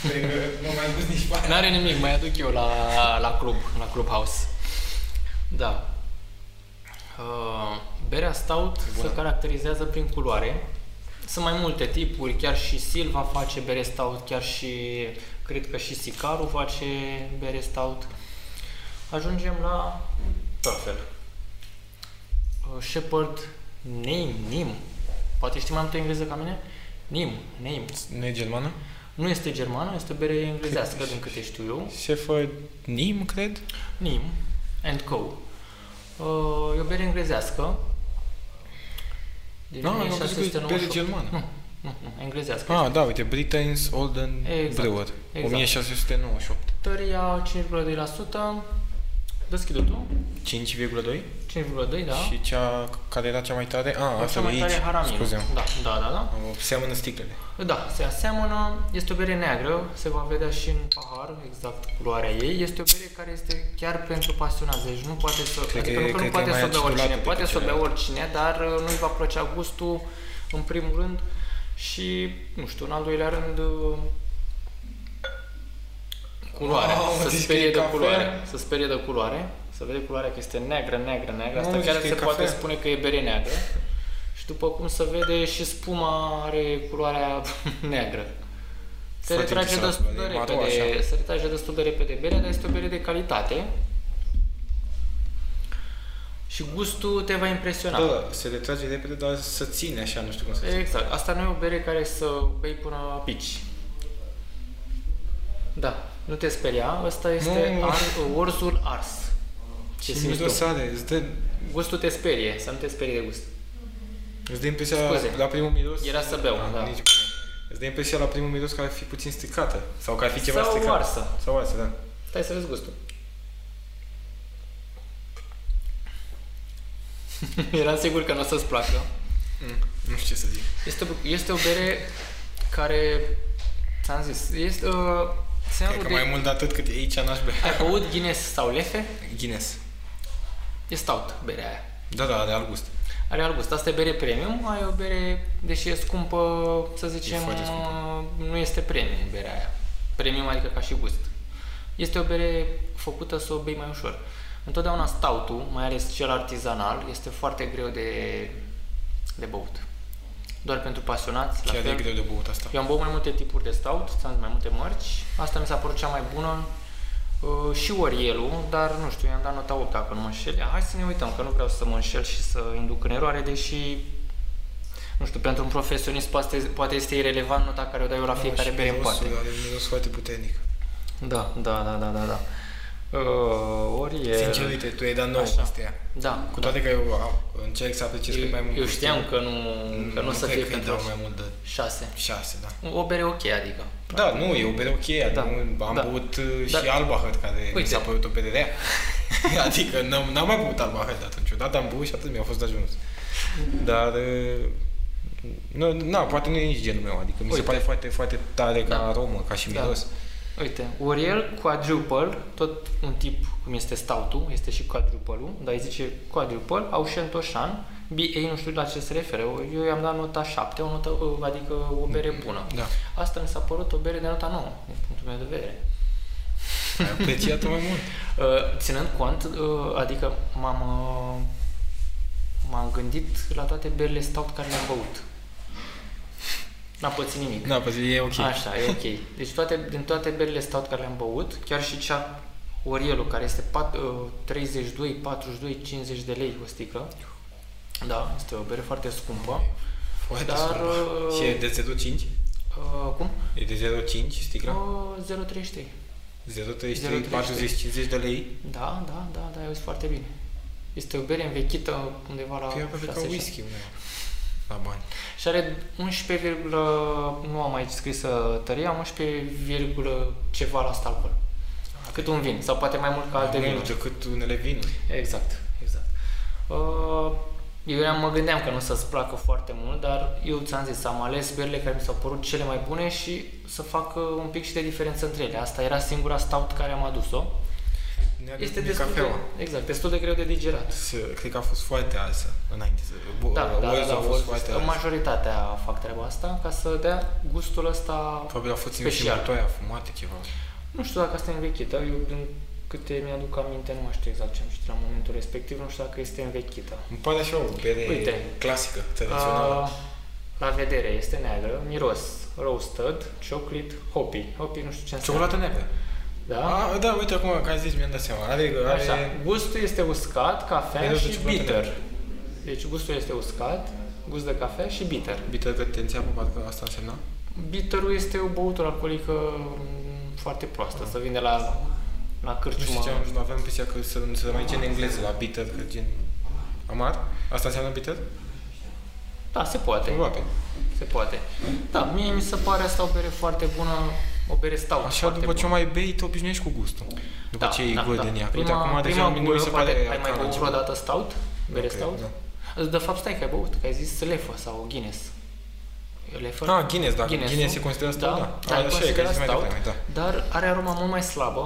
Cred că nu mai am dus nici bani. N-are nimic, mai aduc eu la, la club, la clubhouse. Da. Uh, berea stout bună. se caracterizează prin culoare. Sunt mai multe tipuri, chiar și Silva face bere stout, chiar și cred că și Sicaru face bere stout. Ajungem la Purple. Uh, Shepherd Neim, Nim. Poate știi mai multă engleză ca mine? Nim, Neim. Nu e germană? Nu este germană, este o bere englezească, din câte știu eu. Șefă Nim, cred? Nim and Co. Uh, e o bere englezească. Deci Din Da, am văzut că e bere 1698. germană. Nu, nu, nu, englezească. Ah, da, uite, Britain's Olden Exact, Brewer, exact. 1698. Tăria 5,2%. Deschide tu. 5,2? 5,2, da. Și cea care era cea mai tare? Ah, Cea asta mai e tare aici, e haramin. scuze Da, da, da, da. Seamănă sticlele. Da, se aseamănă, este o bere neagră, se va vedea și în pahar exact culoarea ei. Este o bere care este chiar pentru pasionați, deci nu poate să, Cred adică că- nu, că nu cred că poate e mai să o bea acidulată oricine, decât poate să o bea celelalte. oricine, dar uh, nu-i va plăcea gustul în primul rând și, nu știu, în al doilea rând uh, culoarea, Mamă, să zici că sperie e de cafea? culoare, să sperie de culoare, să vede culoarea că este neagră, neagră, neagră, asta Mamă, chiar zici că se e poate cafea? spune că e bere neagră. Și după cum se vede, și spuma are culoarea <laughs> neagră. Se Foarte retrage, interesant, destul de e maro, repede, se retrage destul de repede berea, dar este o bere de calitate. Și gustul te va impresiona. Da, se retrage repede, dar să ține așa, nu știu cum să zic. Exact. Asta nu e o bere care să bei până pici. Da, nu te speria. Asta este Nu. ar, orzul ars. Ce Și simți tu? mirosare, îți dă, Gustul te sperie, să nu te sperie de gust. îți dă impresia Scuze. la primul miros... Ah, Era să beau, da. nici cum. Îți dă impresia la primul miros că ar fi puțin stricată. Sau că ar fi ceva Sau stricat. arsă. Sau arsă, da. Stai să vezi gustul. <laughs> Eram sigur că nu o să-ți placă. Mm, nu știu ce să zic. Este, o- este o bere care, ți-am zis, este, uh, se Cred că mai de... mult de atât cât e aici n-aș bea. Ai băut Guinness sau Lefe? Guinness. E stout berea aia. Da, da, de alt gust. Are alt gust. Asta e bere premium, ai o bere, deși e scumpă, să zicem, foarte scumpă. nu este premium berea aia. Premium adică ca și gust. Este o bere făcută să o bei mai ușor. Întotdeauna stoutul, mai ales cel artizanal, este foarte greu de, de băut. Doar pentru pasionați, la Chiar e fel. greu de băut asta. Eu am băut mai multe tipuri de stout, ți-am zis, mai multe mărci. Asta mi s-a părut cea mai bună. Uh, și orielul, dar nu știu, i-am dat nota 8 dacă nu mă înșel. Ia, Hai să ne uităm, că nu vreau să mă înșel și să induc în eroare, deși nu știu, pentru un profesionist poate, poate este irelevant nota care o dau eu la fiecare Și bere în parte. mirosul Are un miros foarte puternic. Da, da, da, da, da, da. Uh, oriel... Sincer, uite, tu ai dat 9 Așa. astea. Da, Cu toate că eu am- încerc să apreciez cât mai eu, mult. eu gustul. știam că nu, că nu, o să cred fie că îi pentru dau mai mult de 6. 6, da. O bere ok, adică. Da, nu, e o bere ok, Da. da. am Da. băut uh, și Da. Albacher, care mi Uite. s-a părut o bere <laughs> rea. adică n-am, n-am mai băut Albacher de atunci, odată am băut și atât mi-a fost de ajuns. Dar, uh, nu, na, poate nu e nici genul meu, adică mi se Uite. pare foarte, foarte tare ca Da. aromă, ca și Da. miros. Uite, Oriel Quadruple, tot un tip cum este stoutul, este și quadruple-ul, dar îi zice quadruple, au Shentoșan, BA nu știu la ce se referă, eu i-am dat nota 7, o notă, adică o bere bună. Da. Asta mi s-a părut o bere de nota 9, din punctul meu de vedere. Ai apreciat-o mai <laughs> mult. Uh, Ținând cont, uh, adică m-am, uh, m-am gândit la toate berile stout care le-am băut. N-am pățit nimic. Da, păi e ok. Așa, e ok. Deci toate, din toate berile stout care le-am băut, chiar și cea Orielul, care este pat, uh, 32, 42, 50 de lei o sticlă. Da, este o bere foarte scumpă. Foarte Dar, scumpă. uh, Și e de zetul 5? Uh, cum? E de 0,5 sticla? Uh, 0,33. 0,33, 40, 50 de lei? Da, da, da, da, eu sunt foarte bine. Este o bere învechită undeva la Păi aproape ca 6-7. whisky mă, la bani. Și are 11, nu am uh, aici scrisă tărie, am 11, ceva la stă alcool. Cât un vin, sau poate mai mult ca alte Mai mult vinuri. decât unele vinuri. Exact, exact. Uh, Eu eram- mă gândeam că nu o să-ți placă foarte mult, dar eu ți-am zis, am ales berile care mi s-au părut cele mai bune și să fac uh, un pic și de diferență între ele. Asta era singura stout care am adus-o. Ne-a Este de destul Adică cafeaua. de, exact, destul de greu de digerat. Se- Cred că a fost foarte alsă înainte. să- Bo- Da, da, da, Wells da, a Uh, fost foarte da alsă. majoritatea fac treaba asta ca să dea gustul ăsta, Probabil a fost ținut și Special. mătoaia fumată ceva. nu știu dacă asta e învechită, eu din câte mi-aduc aminte, nu mai știu exact ce am citit la momentul respectiv, nu știu dacă este învechită. Îmi pare așa o bere Uite. clasică, tradițională. A, Uh, La vedere, este neagră, miros, roasted, chocolate, hoppy. Hoppy nu știu ce înseamnă. Ciocolată neagră. Da? A, da, uite acum, ca ai zis, mi-am dat seama. Are, Așa. are Gustul este uscat, cafea Miros de și ciocolată bitter. neagră. Deci gustul este uscat, gust de cafea și bitter. bitter de tenția, parcă asta însemna. Bitterul este o băutură alcoolică mm, foarte proastă, se vinde la, la Nu cârciumă. știu ce am ajuns, aveam impresia că să, să mai gen engleză la bitter, că gen amar. Asta înseamnă bitter? Da, se poate, Probabil. se poate. Da, mie mi se pare asta o bere foarte bună, o bere stout Așa, foarte după ce o bună. mai bei, te obișnuiești cu gustul. După ce iei gol din ea. Uite, Da, Prima, acum, de prima exemplu, nu mi gură, se poate pare ai mai ca la da. băut început. vreodată stout? Bere cred, stout? De fapt, stai că ai băut, că ai zis lefă sau Guinness. Lefă? Ah, Guinness, da. Guinness, Guinness, nu? se consideră stout, da. da, Ah, e așa e, că ai considerat zis mai stout, devreme, da. Dar are aroma mult mai slabă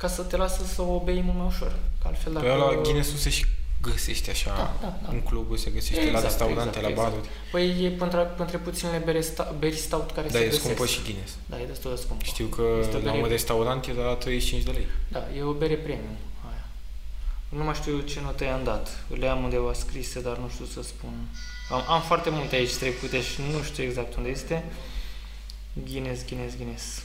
ca să te lasă să o bei mult mai ușor. Că altfel dacă... Pe Păi ăla Guinness-ul se și găsește așa. Da, da, da. În cluburi se găsește la Exact, restaurante, exact, la exact. baruri. Păi e printre, printre puținele bere, sta, beri stout care Da, e se găsesc. scumpă și Guinness. Da, e destul de scumpă. Știu că Este o la bere- un restaurant era la 35 de lei. Da, e o bere premium aia. Nu mai știu ce note i-am dat. Le am undeva scrise, dar nu știu să spun. Am, am foarte multe aici trecute și nu știu exact unde este. Guinness, Guinness, Guinness.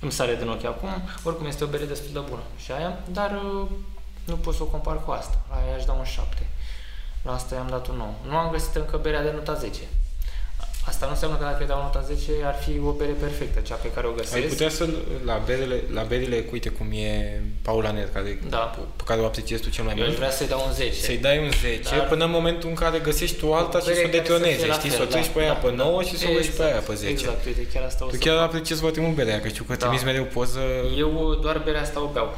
Îmi sare din ochi acum. Oricum este o bere destul de bună și aia, dar uh, nu pot să o compar cu asta. La aia aș da un 7. La asta i-am dat un 9. Nu am găsit încă berea de nota 10. Asta nu înseamnă că dacă îi dau nota 10 ar fi o bere perfectă, cea pe care o găsesc. Ai putea să la berile, la berile, uite cum e Paula Ned, care, Da. pe care o apreciezi tu cel mai Eu aș mult, vrea să-i dau un 10. să-i dai un 10 Dar- până în momentul în care găsești o alta O și bere să o care să fie detonezi, la știi, fel, să o treci da, pe aia da, pe da. 9 și să o vezi pe aia pe Exact, 10. Exact, uite, chiar asta o Tu să chiar apreciezi foarte mult berea, că știu că Da. trimiți mereu poză Eu doar berea asta o beau.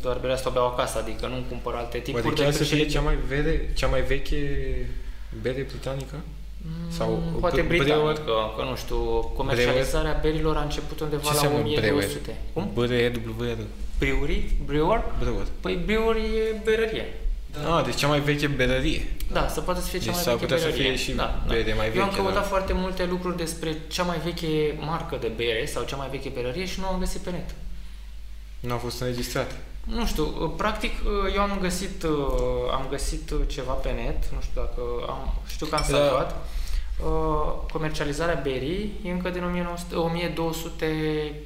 Doar berea asta o beau acasă, adică nu cumpăr alte tipuri Poate chiar Adică să decât fie și- cea mai, vede, cea mai veche bere britanică? Sau Mm, poate bre- britanică, brewer? că nu știu, comercializarea berilor a început undeva Ce la înseamnă brewer? 1200. Cum? B-R-E-W-R. Brewery? Brewer? Brewer. Păi brewery e berărie. Da. Ah, deci cea mai veche berărie. Da, să poate să fie cea Deci mai s-ar veche putea să berărie. fie și da, da. bere mai Eu am veche, căutat da. foarte multe lucruri despre cea mai veche marcă de bere sau cea mai veche berărie și nu am găsit pe net. Nu a fost înregistrată. Nu știu, uh, practic eu am găsit, uh, am găsit ceva pe net, nu știu dacă am, știu că am Da. salvat. Uh, Comercializarea berii e încă din 1900, 1200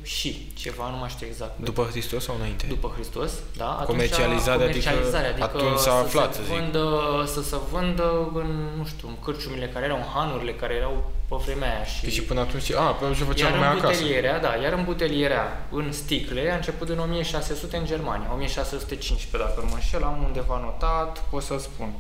și ceva, nu mai știu exact. După Hristos sau înainte? După Hristos, da? Atunci Comercializarea, adică comercializarea, adică, atunci s-a aflat, să să se zic. vândă, să se vândă în, nu știu, în cârciumile care erau, în hanurile care erau pe vremea aia și... Că și până atunci... A, până și făceam Iar lumea acasă. îmbutelierea, da, iar îmbutelierea în sticle a început în 1600 în Germania, 1615 dacă nu mă înșel, am undeva notat, pot să spun.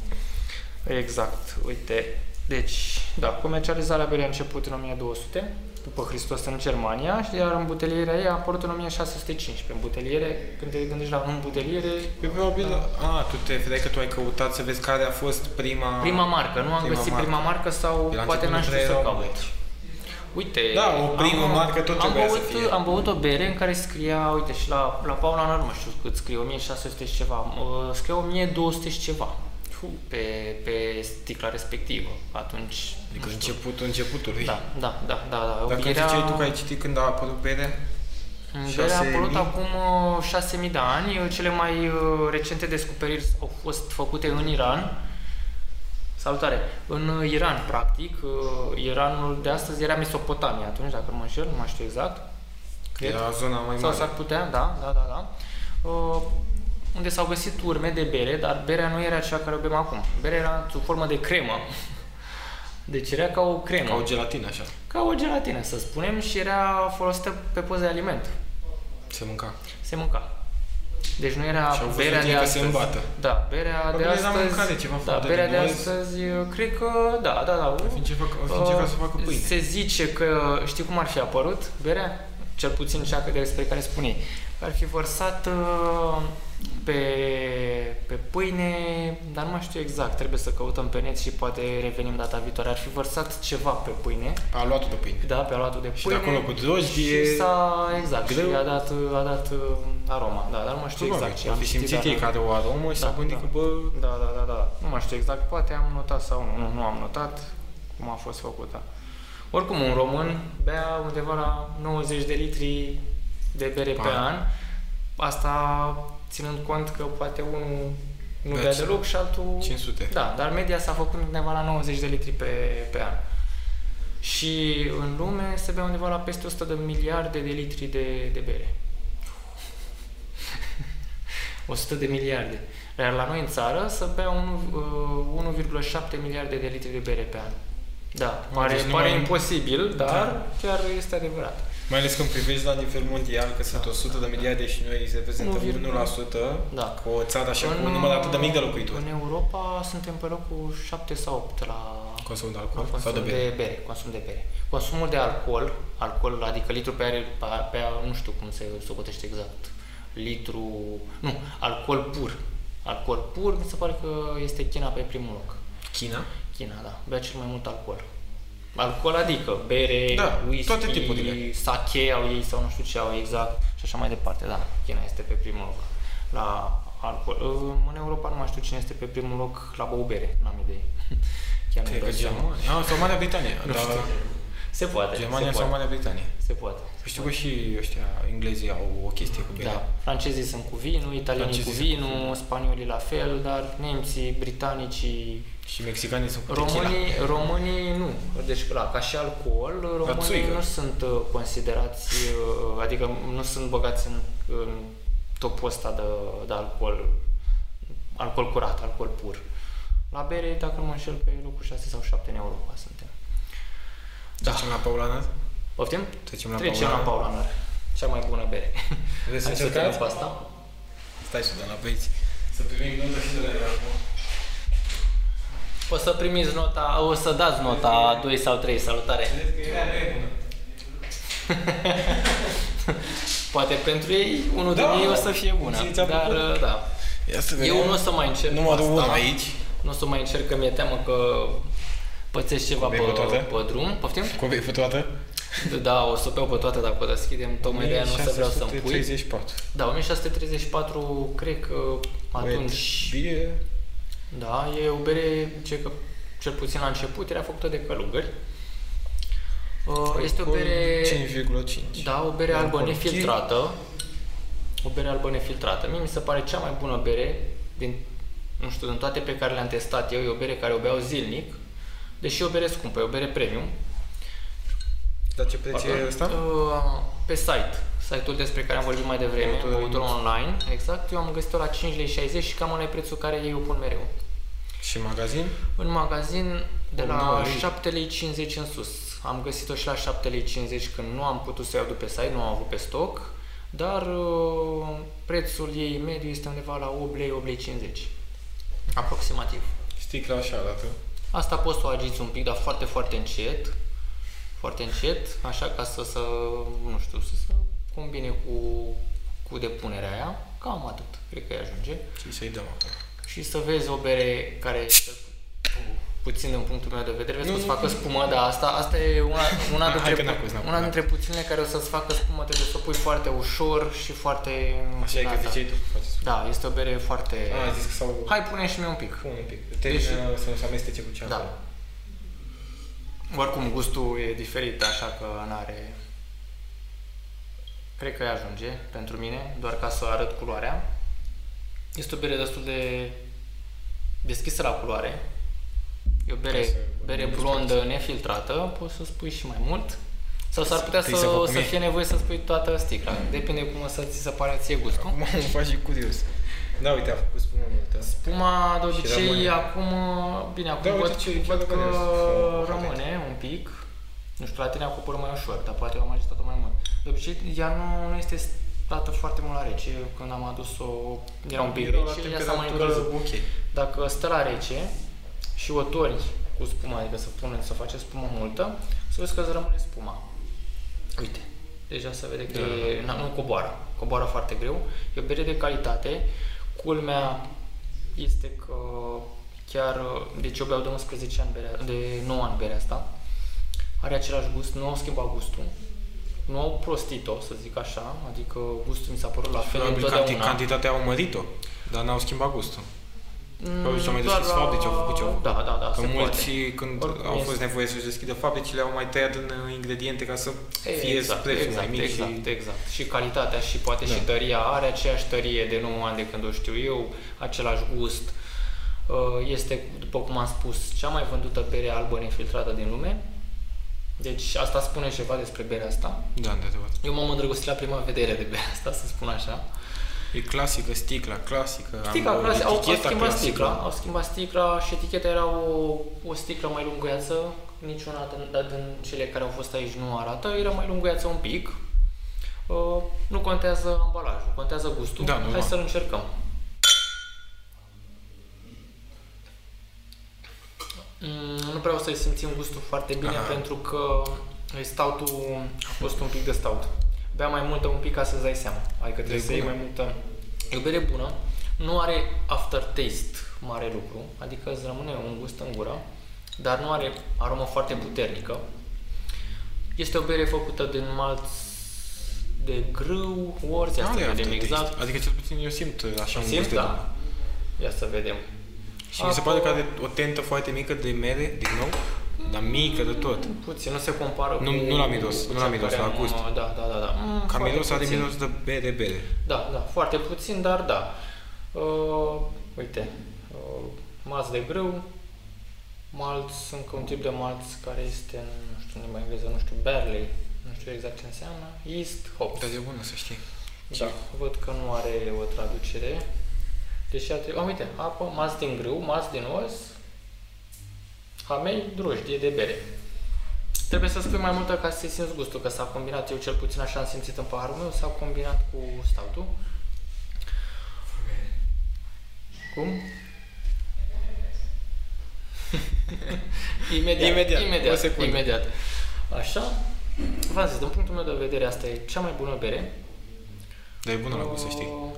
Exact, uite, deci, da, comercializarea berii a început în 1200, după Hristos în Germania, și iar îmbutelierea ei a apărut în 1615. Îmbuteliere, când te gândești la îmbuteliere, Păi probabil... A, tu te vedeai că tu ai căutat să vezi care a fost prima... prima marcă, nu am prima găsit marcă. prima marcă sau La poate început n-am nu știut prea să erau caut. mulți. Uite, Da, o primă am, marcă tot am trebuia să băut, fie. Am băut o bere în care scria, uite, și la, la Paula Nar, nu știu cât scrie, 1600 și ceva, uh, scria 1200 și ceva pe, pe sticla respectivă. Atunci, Adică începutul începutului. da, da, da, da, da. Adică Dacă Era- ziceai tu că ai citit când a apărut berea, Berea a 6.000? apărut acum uh, 6.000 de ani. Uh, Cele mai uh, recente descoperiri au fost făcute în Iran. Salutare! În uh, Iran, practic. Uh, Iranul de astăzi era Mesopotamia atunci, dacă nu mă înșel, nu mai știu exact. Cred. Era zona mai Sau mare. s-ar putea, da, da, da, da. Uh, unde s-au găsit urme de bere, dar berea nu era cea care o bem acum. Berea era sub formă de cremă. <laughs> Deci era ca o cremă. Ca o gelatină așa. Ca o gelatină, să spunem, și era folosită pe poze de aliment. Se mânca. Se mânca. Deci nu era Și au văzut berea ei de că astăzi. se îmbată. Da, berea Probabil de era mâncare, astăzi. ceva da, făcut de berea de dinăuntru. astăzi, cred că da, da, da. Fiindce fac, fiindce ca să facă Uh, pâine. Se zice că, știi cum ar fi apărut berea? Cel puțin cea că- despre care spuneai. Că Ar fi vărsat uh, pe, pe pâine, dar nu mai știu exact, trebuie să căutăm pe net și poate revenim data viitoare. Ar fi vărsat ceva pe pâine, A luat de pâine. da, pe aluatul de Și de pâine. acolo cu drojdie. Și s-a, exact, greu. și a dat, uh, a dat uh, aroma, da, dar nu mai știu Probabil, exact ce au am fi citit, simțit dar- ei că are o aromă și Da, s-au gândit da. că, bă, Da, da, da, da, nu mai știu exact, poate am notat sau nu, nu, nu am notat cum a fost făcută. Oricum, un român bea undeva la 90 de litri de bere pe Pa. an, asta ținând cont că poate unul nu Bea bea cin- deloc și altul... 500. Da, dar media s-a făcut undeva la 90 de litri pe, pe an. Și în lume se bea undeva la peste 100 de miliarde de litri de, de bere. <laughs> 100 de miliarde. Iar la noi în țară se bea unu- uh, 1,7 miliarde de litri de bere pe an. Da, pare, deci nu pare mai- imposibil, dar Da. chiar este adevărat. Mai ales când privești la nivel mondial, că sunt 100 de miliarde și noi reprezentăm 1,1. 1%, Da. cu o țară așa cu un număr atât de mic de locuitori. În Europa suntem pe locul 7 sau 8 la Consumul de Cu alcool consum sau de bere. de bere, consum de bere. Consumul de alcool, alcool adică litru pe, are, pe, pe nu știu cum se socotește exact, litru, nu, alcool pur. Alcool pur, mi se pare că este China pe primul loc. China? China, da, bea cel mai mult alcool. Alcool adică bere, Da, whisky, toate tipurile. sake au ei sau nu știu ce au exact și așa mai departe, da, China este pe primul loc la alcool. În Europa nu mai știu cine este pe primul loc la băubere, n-am idee. <laughs> Chiar nu Cred că dau seama. Germania. Ah, sau Marea Britanie. Nu Dar știu. Se poate. Germania se sau poate. Marea Britanie. Se poate. Știu că și ăștia englezii au o chestie cu Da. berea. Francezii sunt cu vinul, italienii cu Francezii sunt cu vinul, spaniolii la fel, dar nemții, britanicii, Și mexicanii sunt cu tequila. românii, românii nu. Deci, la, ca și alcool, românii țuică. nu sunt uh, considerați, uh, adică nu sunt băgați în, în topul ăsta de, de alcool, alcool curat, alcool pur. La bere, dacă nu mă înșel, pe locul 6 sau 7 în Europa suntem. Da. Trecem la Paulana? Poftim? Trecem la Trecem la Paulaner. Paulaner. Cea mai bună bere. Vreți să Hai să încercați? cu asta. Stai și de la băieți. Să primim nota și de la el acum. O să primiți nota, o să dați nota 2 sau 3, salutare. Cred că era nebună. Poate pentru ei, unul Da, din ei o să fie bună. ți-a Dar, plăcut? uh, da. Ia să Eu nu o să mai încerc cu Numărul 1 asta. aici. Nu o să mai încerc, că mi-e teamă că pățesc ceva pe, Bei pe toate? pe drum. Poftim? Cum vei toată? Da, o să o beau pe toate dacă o deschidem. Tocmai de aia nu o să vreau să-mi pui. 1634. Da, 1634, cred că atunci... Wet Beer. Da, e o bere ce că cel puțin la început era făcută de călugări. Uh, Este o Alcool bere 5,5. Da, o bere De albă alcool. nefiltrată. O bere albă nefiltrată. Mie mi se pare cea mai bună bere din, nu știu, din toate pe care le-am testat eu. E o bere care o beau zilnic, deși e o bere scumpă, e o bere premium. Dar ce preț Deci e ăsta? Uh, Pe site, site-ul despre care am vorbit mai devreme, Băutură băutură mici. online, exact. Eu am găsit-o la 5,60 lei și cam ăla e prețul care ei o pun mereu. Și magazin? În magazin de la 89 lei. 7,50 lei în sus. Am găsit-o și la 7,50 lei când nu am putut să o iau de pe site, nu am avut pe stoc, dar uh, prețul ei mediu este undeva la 8 lei, 8 lei 50. Aproximativ. Sticla așa arată. Asta poți să o agiți un pic, dar foarte, foarte încet. Foarte încet, așa ca să, să nu știu, să se combine cu, cu depunerea aia. Cam atât, cred că îi ajunge Și să-i dăm acolo. și să vezi o bere care să- puțin din punctul meu de vedere, vezi Nu, că o să nu, facă spumă, dar asta, asta e <laughs> una, una, Hai că dintre, n-am curs, n-am una curs. dintre puținele care o să-ți facă spumă, trebuie să o pui foarte ușor și foarte... Așa e că gata. ziceai tu. faceți. Da, este o bere foarte... A, ai zis că s-au... Hai, pune și mie un pic. Pun un pic. Termină să nu se amestece cu cea Da. Oricum, gustul e diferit, așa că n-are... Cred că ajunge pentru mine, doar ca să arăt culoarea. Este o bere destul de deschisă la culoare. E o bere, Ca să bere vorbim blondă nefiltrată, poți să spui și mai mult. Sau s-ar putea Trebuie să, Păi să vă să cum e. Mm. fie nevoie să spui toată sticla. Depinde cum o să ți se pare ție gustul. Acum mă faci și curios. Da, uite, a făcut spuma multă. Spuma de Și obicei rămâne. acum, bine, acum Da, văd, uite ce- văd chiar că dacă e să- rămâne un pic. Nu știu, la tine acoperă mai ușor, dar poate eu am agitat-o mai mult. De obicei, ea nu, nu este stată foarte mult la rece. Eu Când am adus-o, era un pic Erau la rece, ea s-a mai temperatură încălzit. Ok. Dacă stă la rece și o torni cu spuma, adică să pune, să face spumă multă, să vezi că îți rămâne spuma. Uite, deja se vede că Da. e, na, nu coboară, coboară foarte greu. E o bere de calitate. Culmea este că chiar, deci eu beau de 11 ani berea, de 9 ani berea asta. Are același gust, nu au schimbat gustul. Nu au prostit-o, să zic așa, adică gustul mi s-a părut la Deci fel Probabil canti- întotdeauna. Da, cantitatea au mărit-o, dar n-au schimbat gustul. Probabil și-au mai Mm, Doar deschis la- fabrici, au făcut ce au făcut. Da, da, da, Că se mulți poate. când Oricum au fost este. nevoie să-și deschidă fabricile, au mai tăiat în uh, ingrediente ca să fie prețul exact, mai mic exact, și... exact. Și calitatea și poate Da. și tăria are aceeași tărie de 9 ani de când o știu eu, același gust. Uh, Este, după cum am spus, cea mai vândută bere albă nefiltrată din lume. Deci asta spune ceva despre berea asta. Da, într-adevăr. Eu m-am îndrăgostit la prima vedere de berea asta, să spun așa. E clasică, sticla, clasică. Sticla, am, uh, clasic, au, au eticheta schimbat clasică. sticla, au schimbat sticla și eticheta era o, o sticlă mai lunguiață, niciuna din, da, din cele care au fost aici nu arată, era mai lunguiață un pic. Uh, nu contează ambalajul, contează gustul. Da, Hai normal. să-l încercăm. Mm, nu vreau să-i simțim gustul foarte bine Aha. pentru că stoutul a fost un pic de stout. Bea mai multă un pic ca să-ți dai seama. Adică trebuie E să iei bună. mai multă. E o bere bună, nu are aftertaste mare lucru, adică îți rămâne un gust în gură, dar nu are aromă foarte puternică. Este o bere făcută din malț de grâu, orzi, asta Are vedem aftertaste. exact. Adică cel puțin eu simt uh, așa un gust Simt, de drum. da. Ia să vedem. Și mi se Apoi- pare că are o tentă foarte mică de mere, din nou, dar mică de tot. Puțin, nu se compară Nu- cu... nu la miros, cu nu ce la miros, la păream, gust. Da, da, da. da. Mm, Ca foarte miros are puțin. miros de bere, bere. Da, da, foarte puțin, dar da. Uh, uite, uh, malț de grâu, malț, încă un tip de malț care este în, nu știu, în limba engleză, nu știu, barley, nu știu exact ce înseamnă, yeast hops. Dar e bună să știi. Da, văd că nu are o traducere. Deși ar trebui... Am, uite, apă, mas din grâu, mas din os, hamei, drojdie de bere. Trebuie să spui mai multă ca să simți gustul, că s-a combinat, eu cel puțin așa am simțit în paharul meu, s-a combinat cu stoutul. Cum? <laughs> imediat, Imediat, o imediat, secundă. imediat. Așa, v-am zis, din punctul meu de vedere, asta e cea mai bună bere. Dar e bună la gust să știi. Uh,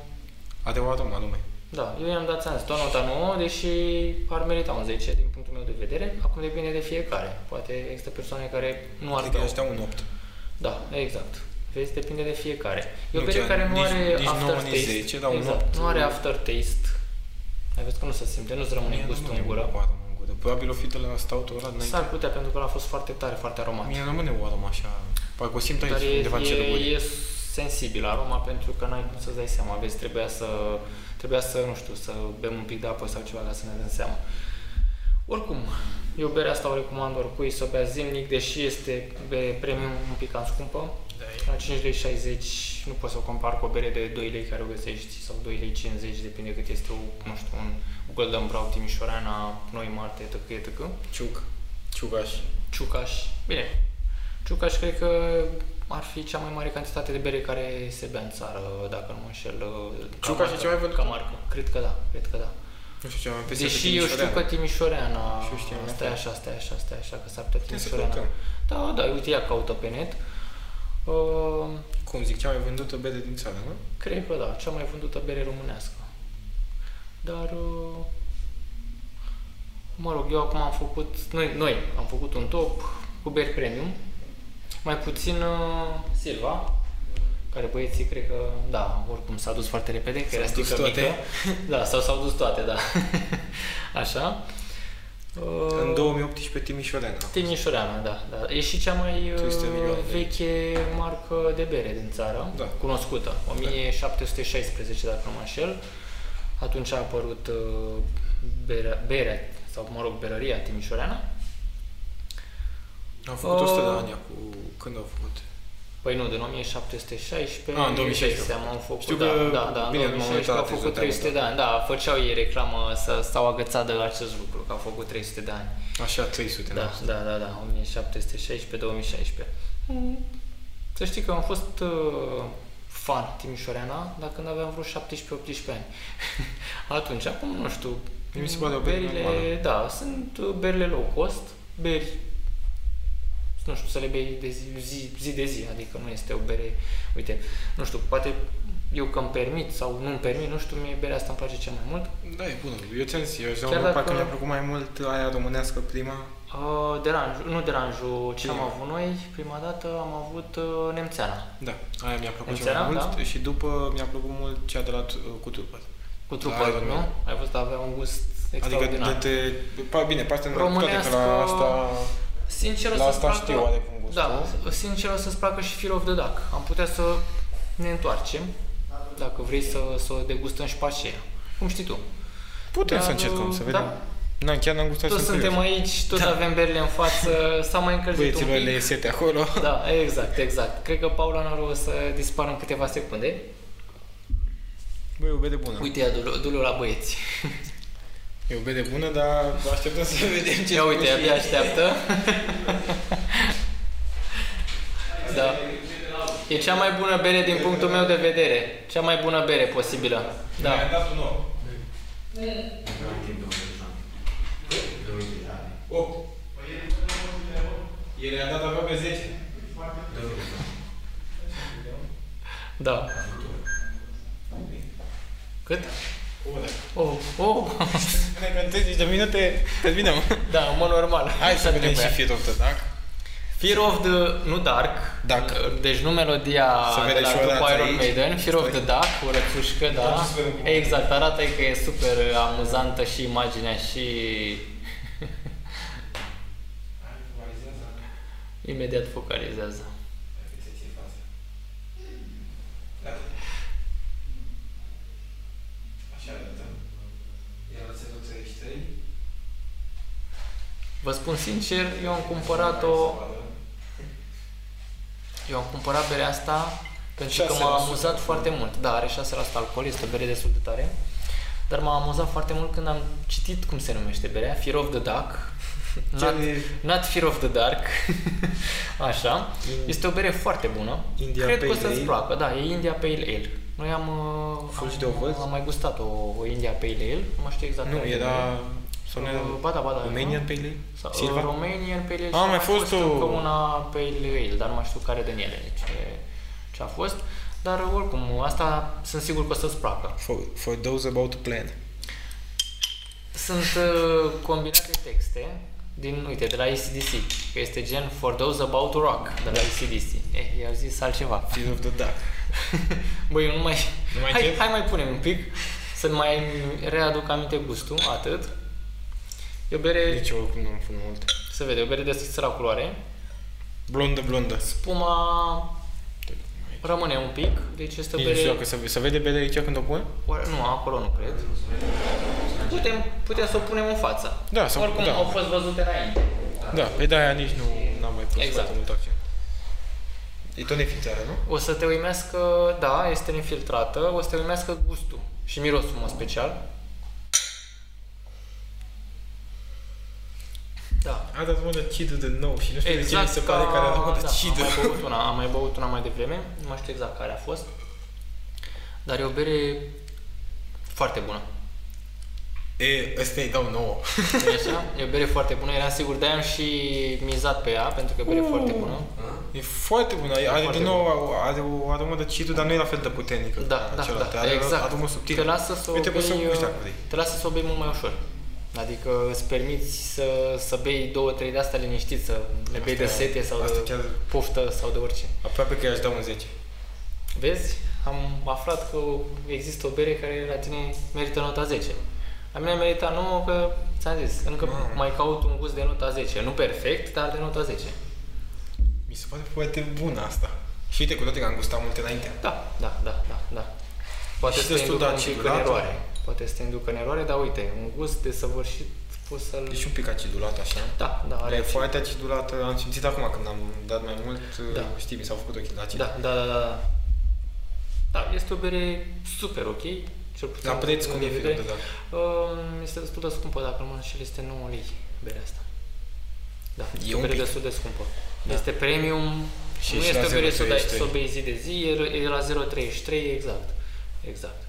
Are o aromă anume. Da, eu i-am dat sens, doar nota 9, deși ar merita un 10 din punctul meu de vedere. Acum depinde de fiecare. Poate există persoane care nu ar Adică da. aș da un 8. Da, exact. Vezi, depinde de fiecare. E o Nu bere chiar, care nu nici- are nici 9, nici aftertaste. 10, dar un exact, opt. nu are aftertaste. Ai văzut că nu se simte, nu-ți rămâne gustul în gură. o aromă în gură. Probabil o fi de la stoutul ăla înainte. S-ar putea, pentru că a fost foarte tare, foarte aromat. Mie rămâne o aromă așa. Parcă o simt Dar aici, e, undeva în e, cerul e sensibil aroma pentru că n-ai cum să-ți dai seama. Vezi, trebuia să, trebuia să, nu știu, să bem un pic de apă sau ceva ca să ne dăm seama. Oricum, eu berea asta o recomand oricui să o bea zilnic, deși este bere premium un pic cam scumpă. Da. La 5,60 lei nu pot să o compar cu o bere de 2 lei care o găsești sau 2 lei 50, depinde cât este, o, nu știu, un Golden Brown Timișoreana, Noi Marte, etc. etc. Ciuc. Ciugaș. Ciucaș. Bine. Ciucaș cred că ar fi cea mai mare cantitate de bere care se bea în țară, dacă nu mă înșel. ca Ciucaș e marcă- cea mai vândută? Ca marcă. Cred că da, cred că da. Nu știu ce am impresia că Deși eu știu Timișoara. că Timișoreana... Și eu știam, Stai da. așa, stai așa, stai așa, că s-ar putea Putem să Timișoreana. căutăm. Da, da, uite, ea caută pe net. Uh, Cum zic, cea mai vândută bere din țară, nu? cred că da, cea mai vândută bere românească. Dar... Uh, mă rog, eu acum am făcut, noi, noi am făcut un top cu beri premium, mai puțin uh, Silva, care băieții cred că, da, oricum s-a dus foarte repede, că S-au <laughs> era dus sticlă toate. mică. Da, sau s-au dus toate, da. <laughs> Așa. Uh, În 2018 Timișoreana. Timișoreana, da, da. E și cea mai uh, Tristă milioane de veche marcă de bere din țară, Da. cunoscută, 1716 dacă nu mă înșel. Atunci a apărut uh, berea, berea sau mă rog, berăria Timișoreana. Am făcut Uh, 100 de ani cu când au făcut. Păi nu, din 1716. Ah, în 2016 seama, au făcut, Știu da, că- da, da, în bine, 2016 au m-am uitat, făcut exact, 300 de da. ani, da, făceau ei reclamă, s- s-au agățat de acest lucru, că au făcut 300 de ani. Așa, 300 Da, da, da, da, 1716-2016. Hmm. Să știi că am fost uh, fan Timișoreana, dar când aveam vreo 17-18 ani. <laughs> Atunci, acum nu știu, Mi se pare o bere normală. berile, da, sunt uh, berile low cost, beri, nu știu, să le bei de zi, zi, zi de zi, adică nu este o bere, uite, nu știu, poate eu că îmi permit sau nu îmi permit, nu știu, mie berea asta îmi place cel mai mult. Da, e bună. Eu ți-am zis, eu Chiar am dacă... dacă- că mi-a plăcut mai mult aia românească prima. Uh, deranjul, nu deranjul ce am Prima. avut noi, prima dată am avut uh, nemțeana Da, aia mi-a plăcut cel Înțeleg, mai mult da. și după mi-a plăcut mult cea de la tu- cu turpă. cu Da, trupă, nu? da. Ai văzut, avea un gust Adică extraordinar. de te... Pa, bine, pe asta nu toate că Românească- la asta, Sincer, o la să-ți asta placă- știu adică oarecum gustul. Da, sincer o să-ți placă și Fear of the Duck. Am putea să ne întoarcem, dacă vrei să, să o degustăm și pe aceea. Cum știi tu? Putem Dar, să încercăm, să da. vedem. Da. chiar n-am gustat Toți sunt suntem curios. aici, toți Da. avem berile în față, s-a mai încălzit un Băieților pic. le e sete acolo. Da, exact, exact. Cred că Paula Naru o să dispară în câteva secunde. Băi, e o bere bună. Uite, ia, du-l- du-l la băieți. E o bere bună, dar așteptăm să vedem ce Ia uite, abia așteaptă. da. E cea mai bună bere din punctul meu de vedere. Cea mai bună bere posibilă. Da. Mi-a dat un 8. Oh. 8. Păi, El i-a dat aproape 10. Da. Cât? O oră. Oh, oh. <laughs> Spune că în 30 de minute terminăm. da, mă normal. Hai să Așa vedem și trebuia. Fear of the Duck. Fear of the... Nu Dark. Dark. Deci nu melodia Se vede de la și o după rață Iron aici. Maiden. Fear of the Dark, o rățușcă, da. Da, și se vede cum- Exact, arată că e super amuzantă și imaginea și... Imediat focalizează. Da. Așa arată. Iar la 33. Vă spun sincer, eu am cumpărat-o Eu am cumpărat berea asta pentru că m-a 6%. amuzat foarte mult. Da, are 6% alcool, este o bere destul de tare. Dar m-a amuzat foarte mult când am citit cum se numește berea, Fear of the <laughs> Dark. Not, not Fear of the Dark. <laughs> Așa. Este o bere foarte bună. India Cred că o Pale să-ți Ale. placă. Da, e India Pale Ale. Noi am, uh, Fulgi de am, ovăz? am mai gustat o, o India Pale Ale, nu mai știu exact. Nu, care era... Sau nu bere. era... Uh, Ba da, ba da. Romanian nu? Pale Ale? Sau, uh, Silva? Silva? Romanian Pale Ale A, sau mai fost o- încă una Pale Ale, dar nu mai știu care din ele ce, ce a fost. Dar uh, oricum, asta sunt sigur că o să-ți placă. For, for those about to plan. Sunt uh, combinate texte din, uite, de la ACDC, că este gen For Those About to Rock, de la ACDC. Eh, i-au zis altceva. Fear of the Duck. Băi, eu nu mai... Nu mai hai, încep? hai mai punem un pic, să mai readuc aminte gustul, atât. E o bere, Nici eu oricum nu am făcut mult. se vede, o bere deschisă la culoare. Blondă, blondă. Spuma rămâne un pic, deci este o Nici nu știu bere... dacă se, se vede bere aici când o pun? Oare- Nu, acolo nu cred. Putem, putem să o punem în față. Da, sau- Oricum da. au fost văzute înainte. Da, pe de-aia nici nu am mai pus Exact. foarte mult accent. E tot nefițarea, nu? O să te uimească, da, este nefiltrată, o să te uimească gustul și mirosul în mod special. Da, Exact A dat mână cidul de nou și nu știu de ce mi se ca- pare că a dat mână da, cidul. Am mai băut una, am mai băut una mai devreme, nu mai știu exact care a fost. Dar e o bere foarte bună. E, ăsta îi dau nouă. nu așa? E o bere foarte bună, eram sigur, de am și mizat pe ea, pentru că e o bere foarte bună. E foarte bună, are foarte din nou are o aromă de cidru, dar nu e la fel de puternică. Da, ca da, cealaltă. da, are exact. aromă subtilă. Te lasă să Uite, o poți să bei, o gusti uh, dacă vrei. te lasă să o bei mult mai ușor. Adică îți permiți să, să bei două, trei de astea liniștit, să le bei de Asta- sete sau asta de chiar- poftă sau de orice. Aproape că i-aș da un 10. Vezi? Am aflat că există o bere care la tine merită nota 10. La mine mi-a meritat 9 că, ți-am zis, încă Mamă. mai caut un gust de nota 10. Nu perfect, dar de nota 10. Mi se pare foarte bună asta. Și uite, cu toate că am gustat multe înainte. Da, da, da, da, da. Poate Și să te destul de inducă un pic în acidulat. eroare. Poate să te inducă în eroare, dar uite, un gust desăvârșit poți să-l... E și deci un pic acidulat așa. Da, da, Dar are e și- foarte acidulată. uh, Am simțit acum când am dat mai mult, uh, Da. știi, mi s-au făcut ochii la acid. Da, da, da, da. Da, este o bere super ok. Cel puțin La preț din cum e punct de firul de vedere. dat? Um, Este destul de scumpă, dacă nu mă înșel, este 9 lei berea asta. Da, E este o un bere pic. destul de scumpă. Da. Este premium, Și și nu și este la o bere să o dai 0,33. să o bei zi de zi, e- e la 0,33 exact. Exact.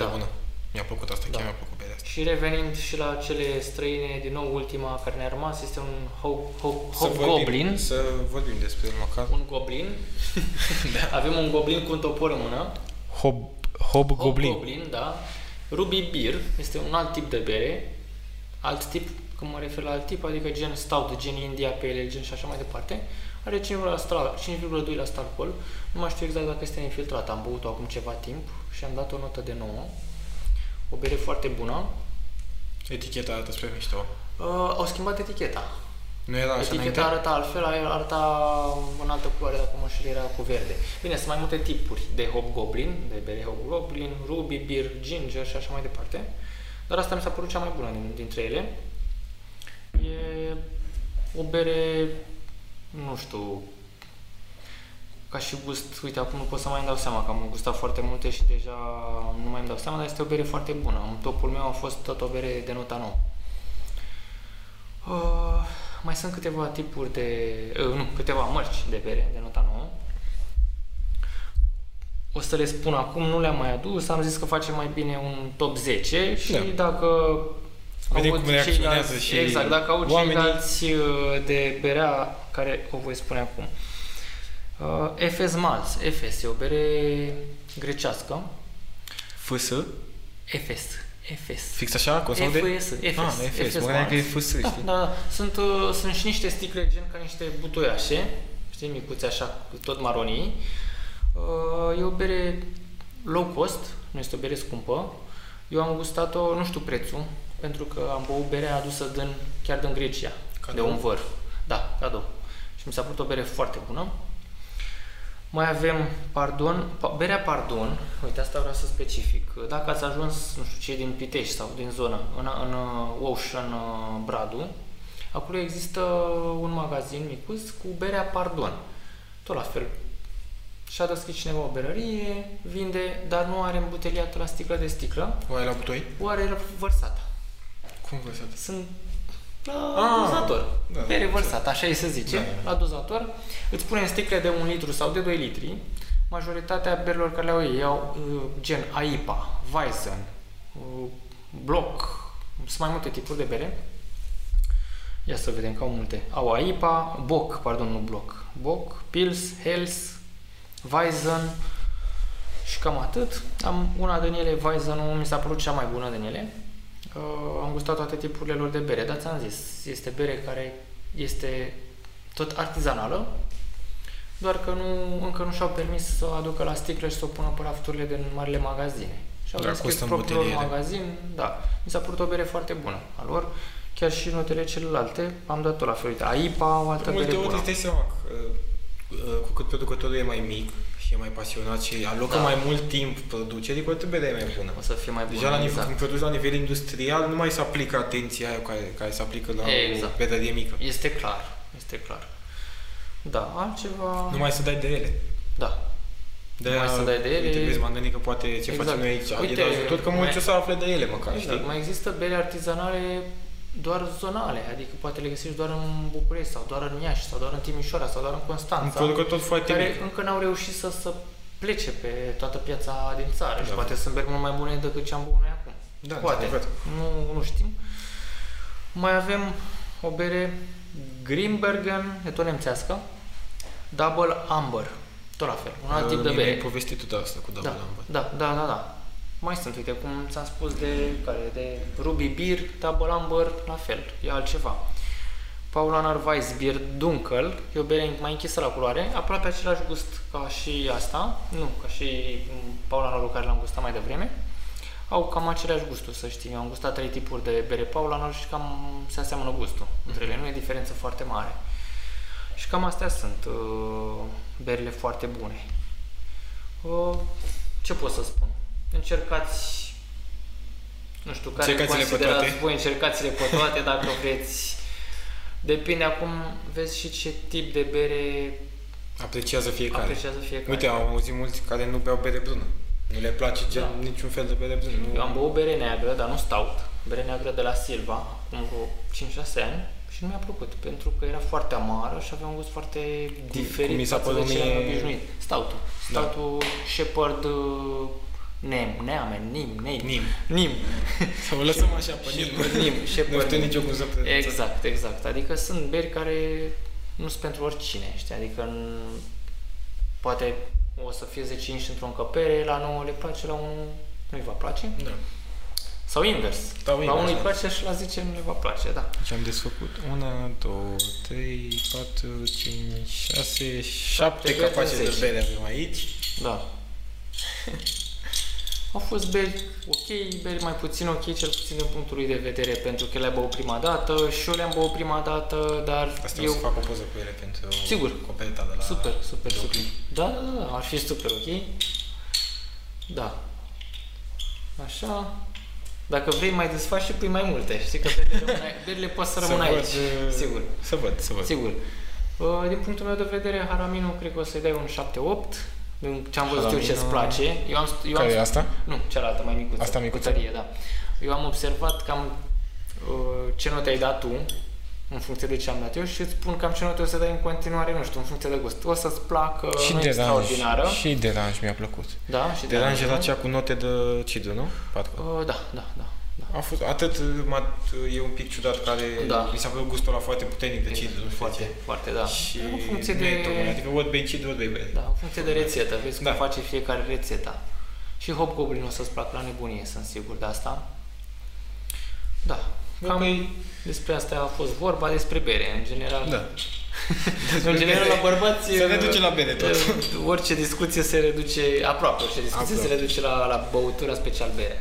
Da, bună. Mi-a plăcut asta, Da. chiar mi-a plăcut berea asta. Și revenind și la cele străine, din nou ultima care ne-a rămas, este un Ho- Ho- Hobgoblin. Să vorbim despre el măcar. Un <laughs> goblin. da. Avem un goblin cu un topor în mână. Hob, hobgoblin. Hobgoblin, da. Ruby Beer este un alt tip de bere. Alt tip, când mă refer la alt tip, adică gen stout, gen India Pale, gen și așa mai departe. Are 5,2% alcool. Nu mai știu exact dacă este infiltrat. Am băut-o acum ceva timp și am dat o notă de 9. O bere foarte bună. Eticheta arată spre mișto. Uh, au schimbat eticheta. Nu era așa înainte? Eticheta arăta altfel, aia arăta în altă culoare, dacă mă știu, era cu verde. Bine, sunt mai multe tipuri de hobgoblin, de bere hobgoblin, ruby, beer, ginger și așa mai departe. Dar asta mi s-a părut cea mai bună din, dintre ele. E o bere, nu știu, ca și gust, uite, acum nu pot să mai îmi dau seama, că am gustat foarte multe și deja nu mai îmi dau seama, dar este o bere foarte bună. În topul meu a fost tot o bere de nota 9. Uh, mai sunt câteva tipuri de... Uh, nu, câteva mărci de bere de nota 9. O să le spun acum, nu le-am mai adus, am zis că facem mai bine un top 10 și Da. dacă Vedem aud cum reacționează ceilalți- și Exact, dacă au oamenii. ceilalți uh, de berea care o voi spune acum. Uh, Efes Malz. Efes e o bere grecească. FS? Efes. Efes. Fix așa? Cu o sound de- FS. FS. Ah, FS. Mă gândeam că e FS, Da, știi? da, da. Sunt, uh, sunt și niște sticle gen ca niște butoiașe, știi, micuțe așa, tot maronii. Uh, e o bere low cost, nu este o bere scumpă. Eu am gustat-o, nu știu prețul, pentru că am băut berea adusă din, chiar din Grecia, Cadou? de un văr. Da, cadou. Și mi s-a părut o bere foarte bună. Mai avem pardon, pa- berea pardon, uite asta vreau să specific. Dacă ați ajuns, nu știu, cei din Pitești sau din zonă, în, în uh, Ocean uh, Bradu, acolo există un magazin micuț cu berea pardon. Tot la fel. Și-a deschis cineva o berărie, vinde, dar nu are îmbuteliată la sticlă de sticlă, Oaia la butoi? o are vărsată. Cum vă să Sunt la Ah, dozator. da, Da, da, reversat, așa e să zice, Da, da. la dozator. Îți pune în sticle de 1 litru sau de 2 litri. Majoritatea berilor care le-au ei iau uh, gen AIPA, Weizen, uh, Block, sunt mai multe tipuri de bere. Ia să vedem, că au multe. Au AIPA, Bock, pardon, nu Block, Bock, Pils, Hels, Weizen și cam atât. Am una din ele, Weizenul, mi s-a părut cea mai bună din ele. Uh, am gustat toate tipurile lor de bere, dar ți-am zis, este bere care este tot artizanală, doar că nu, încă nu și-au permis să o aducă la sticlă și să o pună pe rafturile din marile magazine. Și au Dar deschis costă în propriul lor buteliere. magazin, da. Mi s-a părut o bere foarte bună a lor, chiar și notele celelalte, am dat tot la fel. Uite, AIPA, o altă De multe bere ori bună. îți dai seama că uh, cu cât producătorul e mai mic și e mai pasionat și alocă Da. mai mult timp producerii, cu atât berea e mai bună. O să fie mai bună. Deja la nivel, exact. când produci la nivel industrial nu mai se aplică atenția aia care, care se aplică la exact. o Exact. bedărie mică. Este clar, este clar. Da, altceva... Nu mai să dai de ele. Da, De Nu mai să dai de ele. Uite, vezi, m-am gândit că poate ce Exact. facem noi aici. Uite, Uite, e de ajutor că mulți mai- o să afle de ele măcar, Exact. știi? Mai există bere artizanale doar zonale, adică poate le găsești doar în București sau doar în Iași sau doar în Timișoara sau doar în Un Constanța, producător foarte care mic. încă n-au reușit să, să plece pe toată piața din țară și Da. poate sunt beri mult mai bune decât ce am băut noi acum. Da, poate, într-adevăr. nu, nu știm. Mai avem o bere Grimbergen, e tot nemțească, Double Amber, tot la fel, un alt tip de Uh, Mi-ai bere. povestit tu de asta cu double Da, amber. da, da, da, da. Mai sunt, uite, cum ți-am spus, de, care, de Ruby Beer, Double Amber, la fel, e altceva. Paulaner Weiss Beer Dunkel, e o bere mai închisă la culoare, aproape același gust ca și asta, nu, ca și mm, Paulanerul care l-am gustat mai devreme. au cam aceleași gusturi, să știi. Eu am gustat trei tipuri de bere Paula și cam se aseamănă gustul între ele. Nu e diferență foarte mare. Și cam astea sunt uh, berile foarte bune. Uh, ce pot să spun? Încercați nu știu care Încercați-le pe considerați toate. voi, încercați-le pe toate dacă vreți. Depinde acum, vezi și ce tip de bere Apreciază fiecare. apreciază fiecare. Uite, am auzit mulți care nu beau bere brună. Nu le place gen, Da. niciun fel de bere brună. Nu... Eu am băut bere neagră, dar nu stout, bere neagră de la Silva, acum vreo 5-6 ani și nu mi-a plăcut, pentru că era foarte amară și avea un gust foarte diferit cum mi s-a față părut de ce eram mie- obișnuit. Stoutul. Da. Stoutul Shepherd uh, Nem, Neame, Nim, Nei. Nim. <laughs> Nim. Să o lăsăm așa pe Shepherd nim. Nim. Nu Shepherd știu Nim. nici eu cum să pronunț. Exact, exact. Adică sunt beri care nu sunt pentru oricine, știi? Adică n- poate o să fie 10 inși într-o încăpere, la 9 le place, la unul nu-i va place. Da. Sau invers. Sau la invers, unul îi da. place și la 10 nu le va place, da. Deci am desfăcut 1, 2, 3, 4, 5, 6, 7 beri capace din de zece. bere avem aici. Da. <laughs> Au fost beri ok, beri mai puțin ok, cel puțin din punctul lui de vedere, pentru că le-am băut prima dată și eu le-am băut prima dată, dar Asta eu... o să fac o poză cu ele pentru Sigur. coperta de la... Super, super, de la super. clip. Da, da, da, da, ar fi super ok. Da. Așa. Dacă vrei, mai desfaci și pui mai multe. Știi că berile, rămân aici- berile pot să rămână aici. văd, uh, Sigur. Să văd, să văd. Sigur. Uh, Din punctul meu de vedere, Haramino cred că o să-i dai un 7-8, din ce am văzut eu ce-ți Haramino- place. Eu am, eu Care e am, asta? nu, cealaltă mai micuță. Asta micuță? Cutărie, da. Eu am observat cam uh, ce note ai dat tu, în funcție de ce am dat eu și îți spun cam ce note o să dai în continuare, nu știu, în funcție de gust. O să-ți placă, Și nu e deranj, extraordinară. și deranj mi-a plăcut. da, și Deranj deranjul. era cea cu note de cidru, nu? Patru. Uh, da, da, da. da. A fost atât, m-a, e un pic ciudat care Da. mi s-a părut gustul ăla foarte puternic de cidru, nu știu de Foarte, ce. foarte, da. Și în funcție nu e de... tocmai, adică ori bei cidru, ori bei bere. Da, în funcție de rețetă, vezi cum Da. face fiecare rețeta. Și Hobgoblin o să-ți placă la nebunie, sunt sigur de asta. Da, cam despre asta a fost vorba, despre bere, în general. păi- <laughs> Da. În general, la bărbați... Se reduce la bere tot. eh, <laughs> Orice discuție se reduce, aproape orice discuție Aproape. se reduce la, la băutura special <laughs> bere.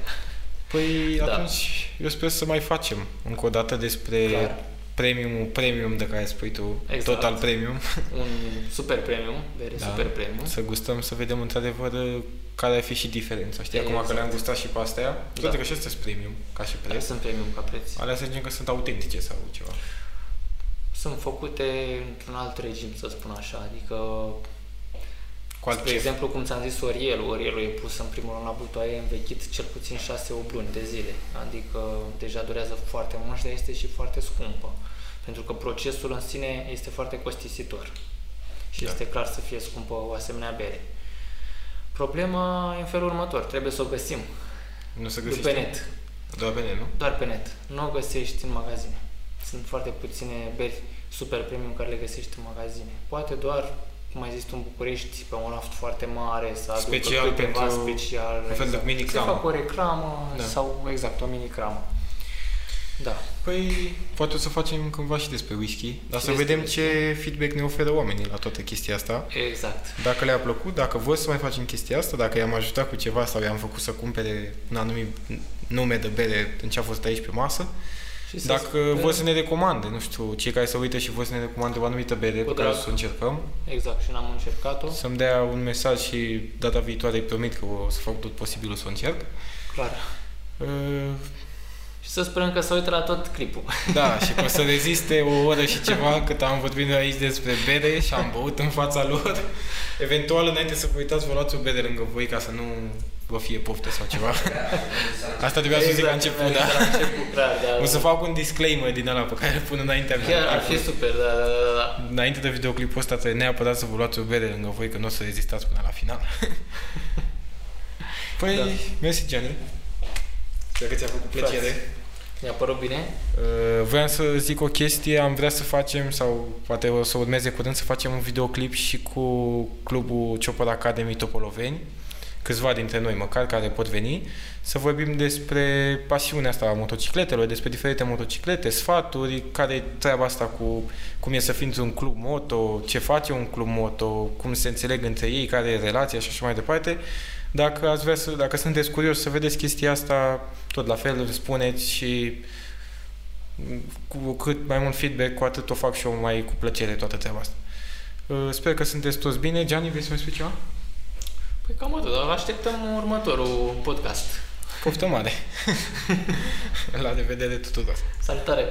Păi Da. atunci eu sper să mai facem încă o dată despre Clar. premiumul premium de care spui tu, Exact. total premium. Un super premium, bere Da. super premium. Să gustăm, să vedem într-adevăr uh, care ar fi și diferența. Știi, acum că Exact. le-am gustat și pe astea, toate Da. că și astea sunt premium, ca și Care preț. sunt premium ca preț. Alea să zicem că sunt autentice sau ceva. Sunt făcute într-un alt regim, să spun așa, adică Cu alt Spre chef. exemplu, cum ți-am zis, orielul. Orielul e pus în primul rând la butoaie, învechit cel puțin 6-8 luni de zile. Adică deja durează foarte mult și dar este și foarte scumpă. Pentru că procesul în sine este foarte costisitor. Și Da. este clar să fie scumpă o asemenea bere. Problema e în felul următor. Trebuie să o găsim. Nu se Găsești găsește. pe net. Doar pe net, nu? Doar pe net. Nu o găsești în magazine. Sunt foarte puține beri super premium care le găsești în magazine. Poate doar, cum ai zis tu, în București, pe un raft foarte mare, să aducă Special câteva pentru- special. un fel de mini Se cramă. fac o reclamă Da. sau, exact, o mini-cramă. Da. Păi, poate o să facem cândva și despre whisky, dar Și să despre vedem ce feedback ne oferă oamenii la toată chestia asta. Exact. Dacă le-a plăcut, dacă vor să mai facem chestia asta, dacă i-am ajutat cu ceva sau i-am făcut să cumpere un anumit nume de bere în ce a fost aici pe masă. Și să Dacă sperăm- vor să ne recomande, nu știu, cei care se uită și vor să ne recomande o anumită bere pe Cu care o drag. să o încercăm, Exact, și n-am încercat-o. să-mi dea un mesaj și data viitoare îi promit că o să fac tot posibilul să o încerc. Clar. Uh, Și să sperăm că se uită la tot clipul. Da, și că o să reziste o oră și ceva cât am vorbit noi aici despre bere și am băut în fața lor. Eventual, înainte să vă uitați, vă luați o bere lângă voi ca să nu vă fie poftă sau ceva. Asta trebuia să zic la început, da. Exact, La început, clar, <laughs> da. O să fac un disclaimer din ăla pe care îl pun înaintea Chiar ar fi videoclipului. super, da, da, da, da. Înainte de videoclipul ăsta trebuie neapărat să vă luați o bere lângă voi că nu o să rezistați până la final. <laughs> Păi, Da. mersi Gianni. Sper că ți-a făcut plăcere. Mi-a părut bine? Uh, Voiam să zic o chestie, am vrea să facem, sau poate o să urmeze curând, să facem un videoclip și cu clubul Ciopăr Academy Topoloveni, câțiva dintre noi măcar, care pot veni, să vorbim despre pasiunea asta a motocicletelor, despre diferite motociclete, sfaturi, care e treaba asta cu cum e să fii într-un club moto, ce face un club moto, cum se înțeleg între ei, care e relația și așa mai departe. Dacă, ați vrea să, dacă sunteți curioși să vedeți chestia asta, tot la fel îl spuneți și m, cu cât mai mult feedback, cu atât o fac și eu mai cu plăcere toată treaba asta. Uh, Sper că sunteți toți bine. Gianni, vrei să mai spui ceva? Păi cam atât, dar așteptăm următorul podcast. Poftă mare! <laughs> la revedere tuturor! Salutare!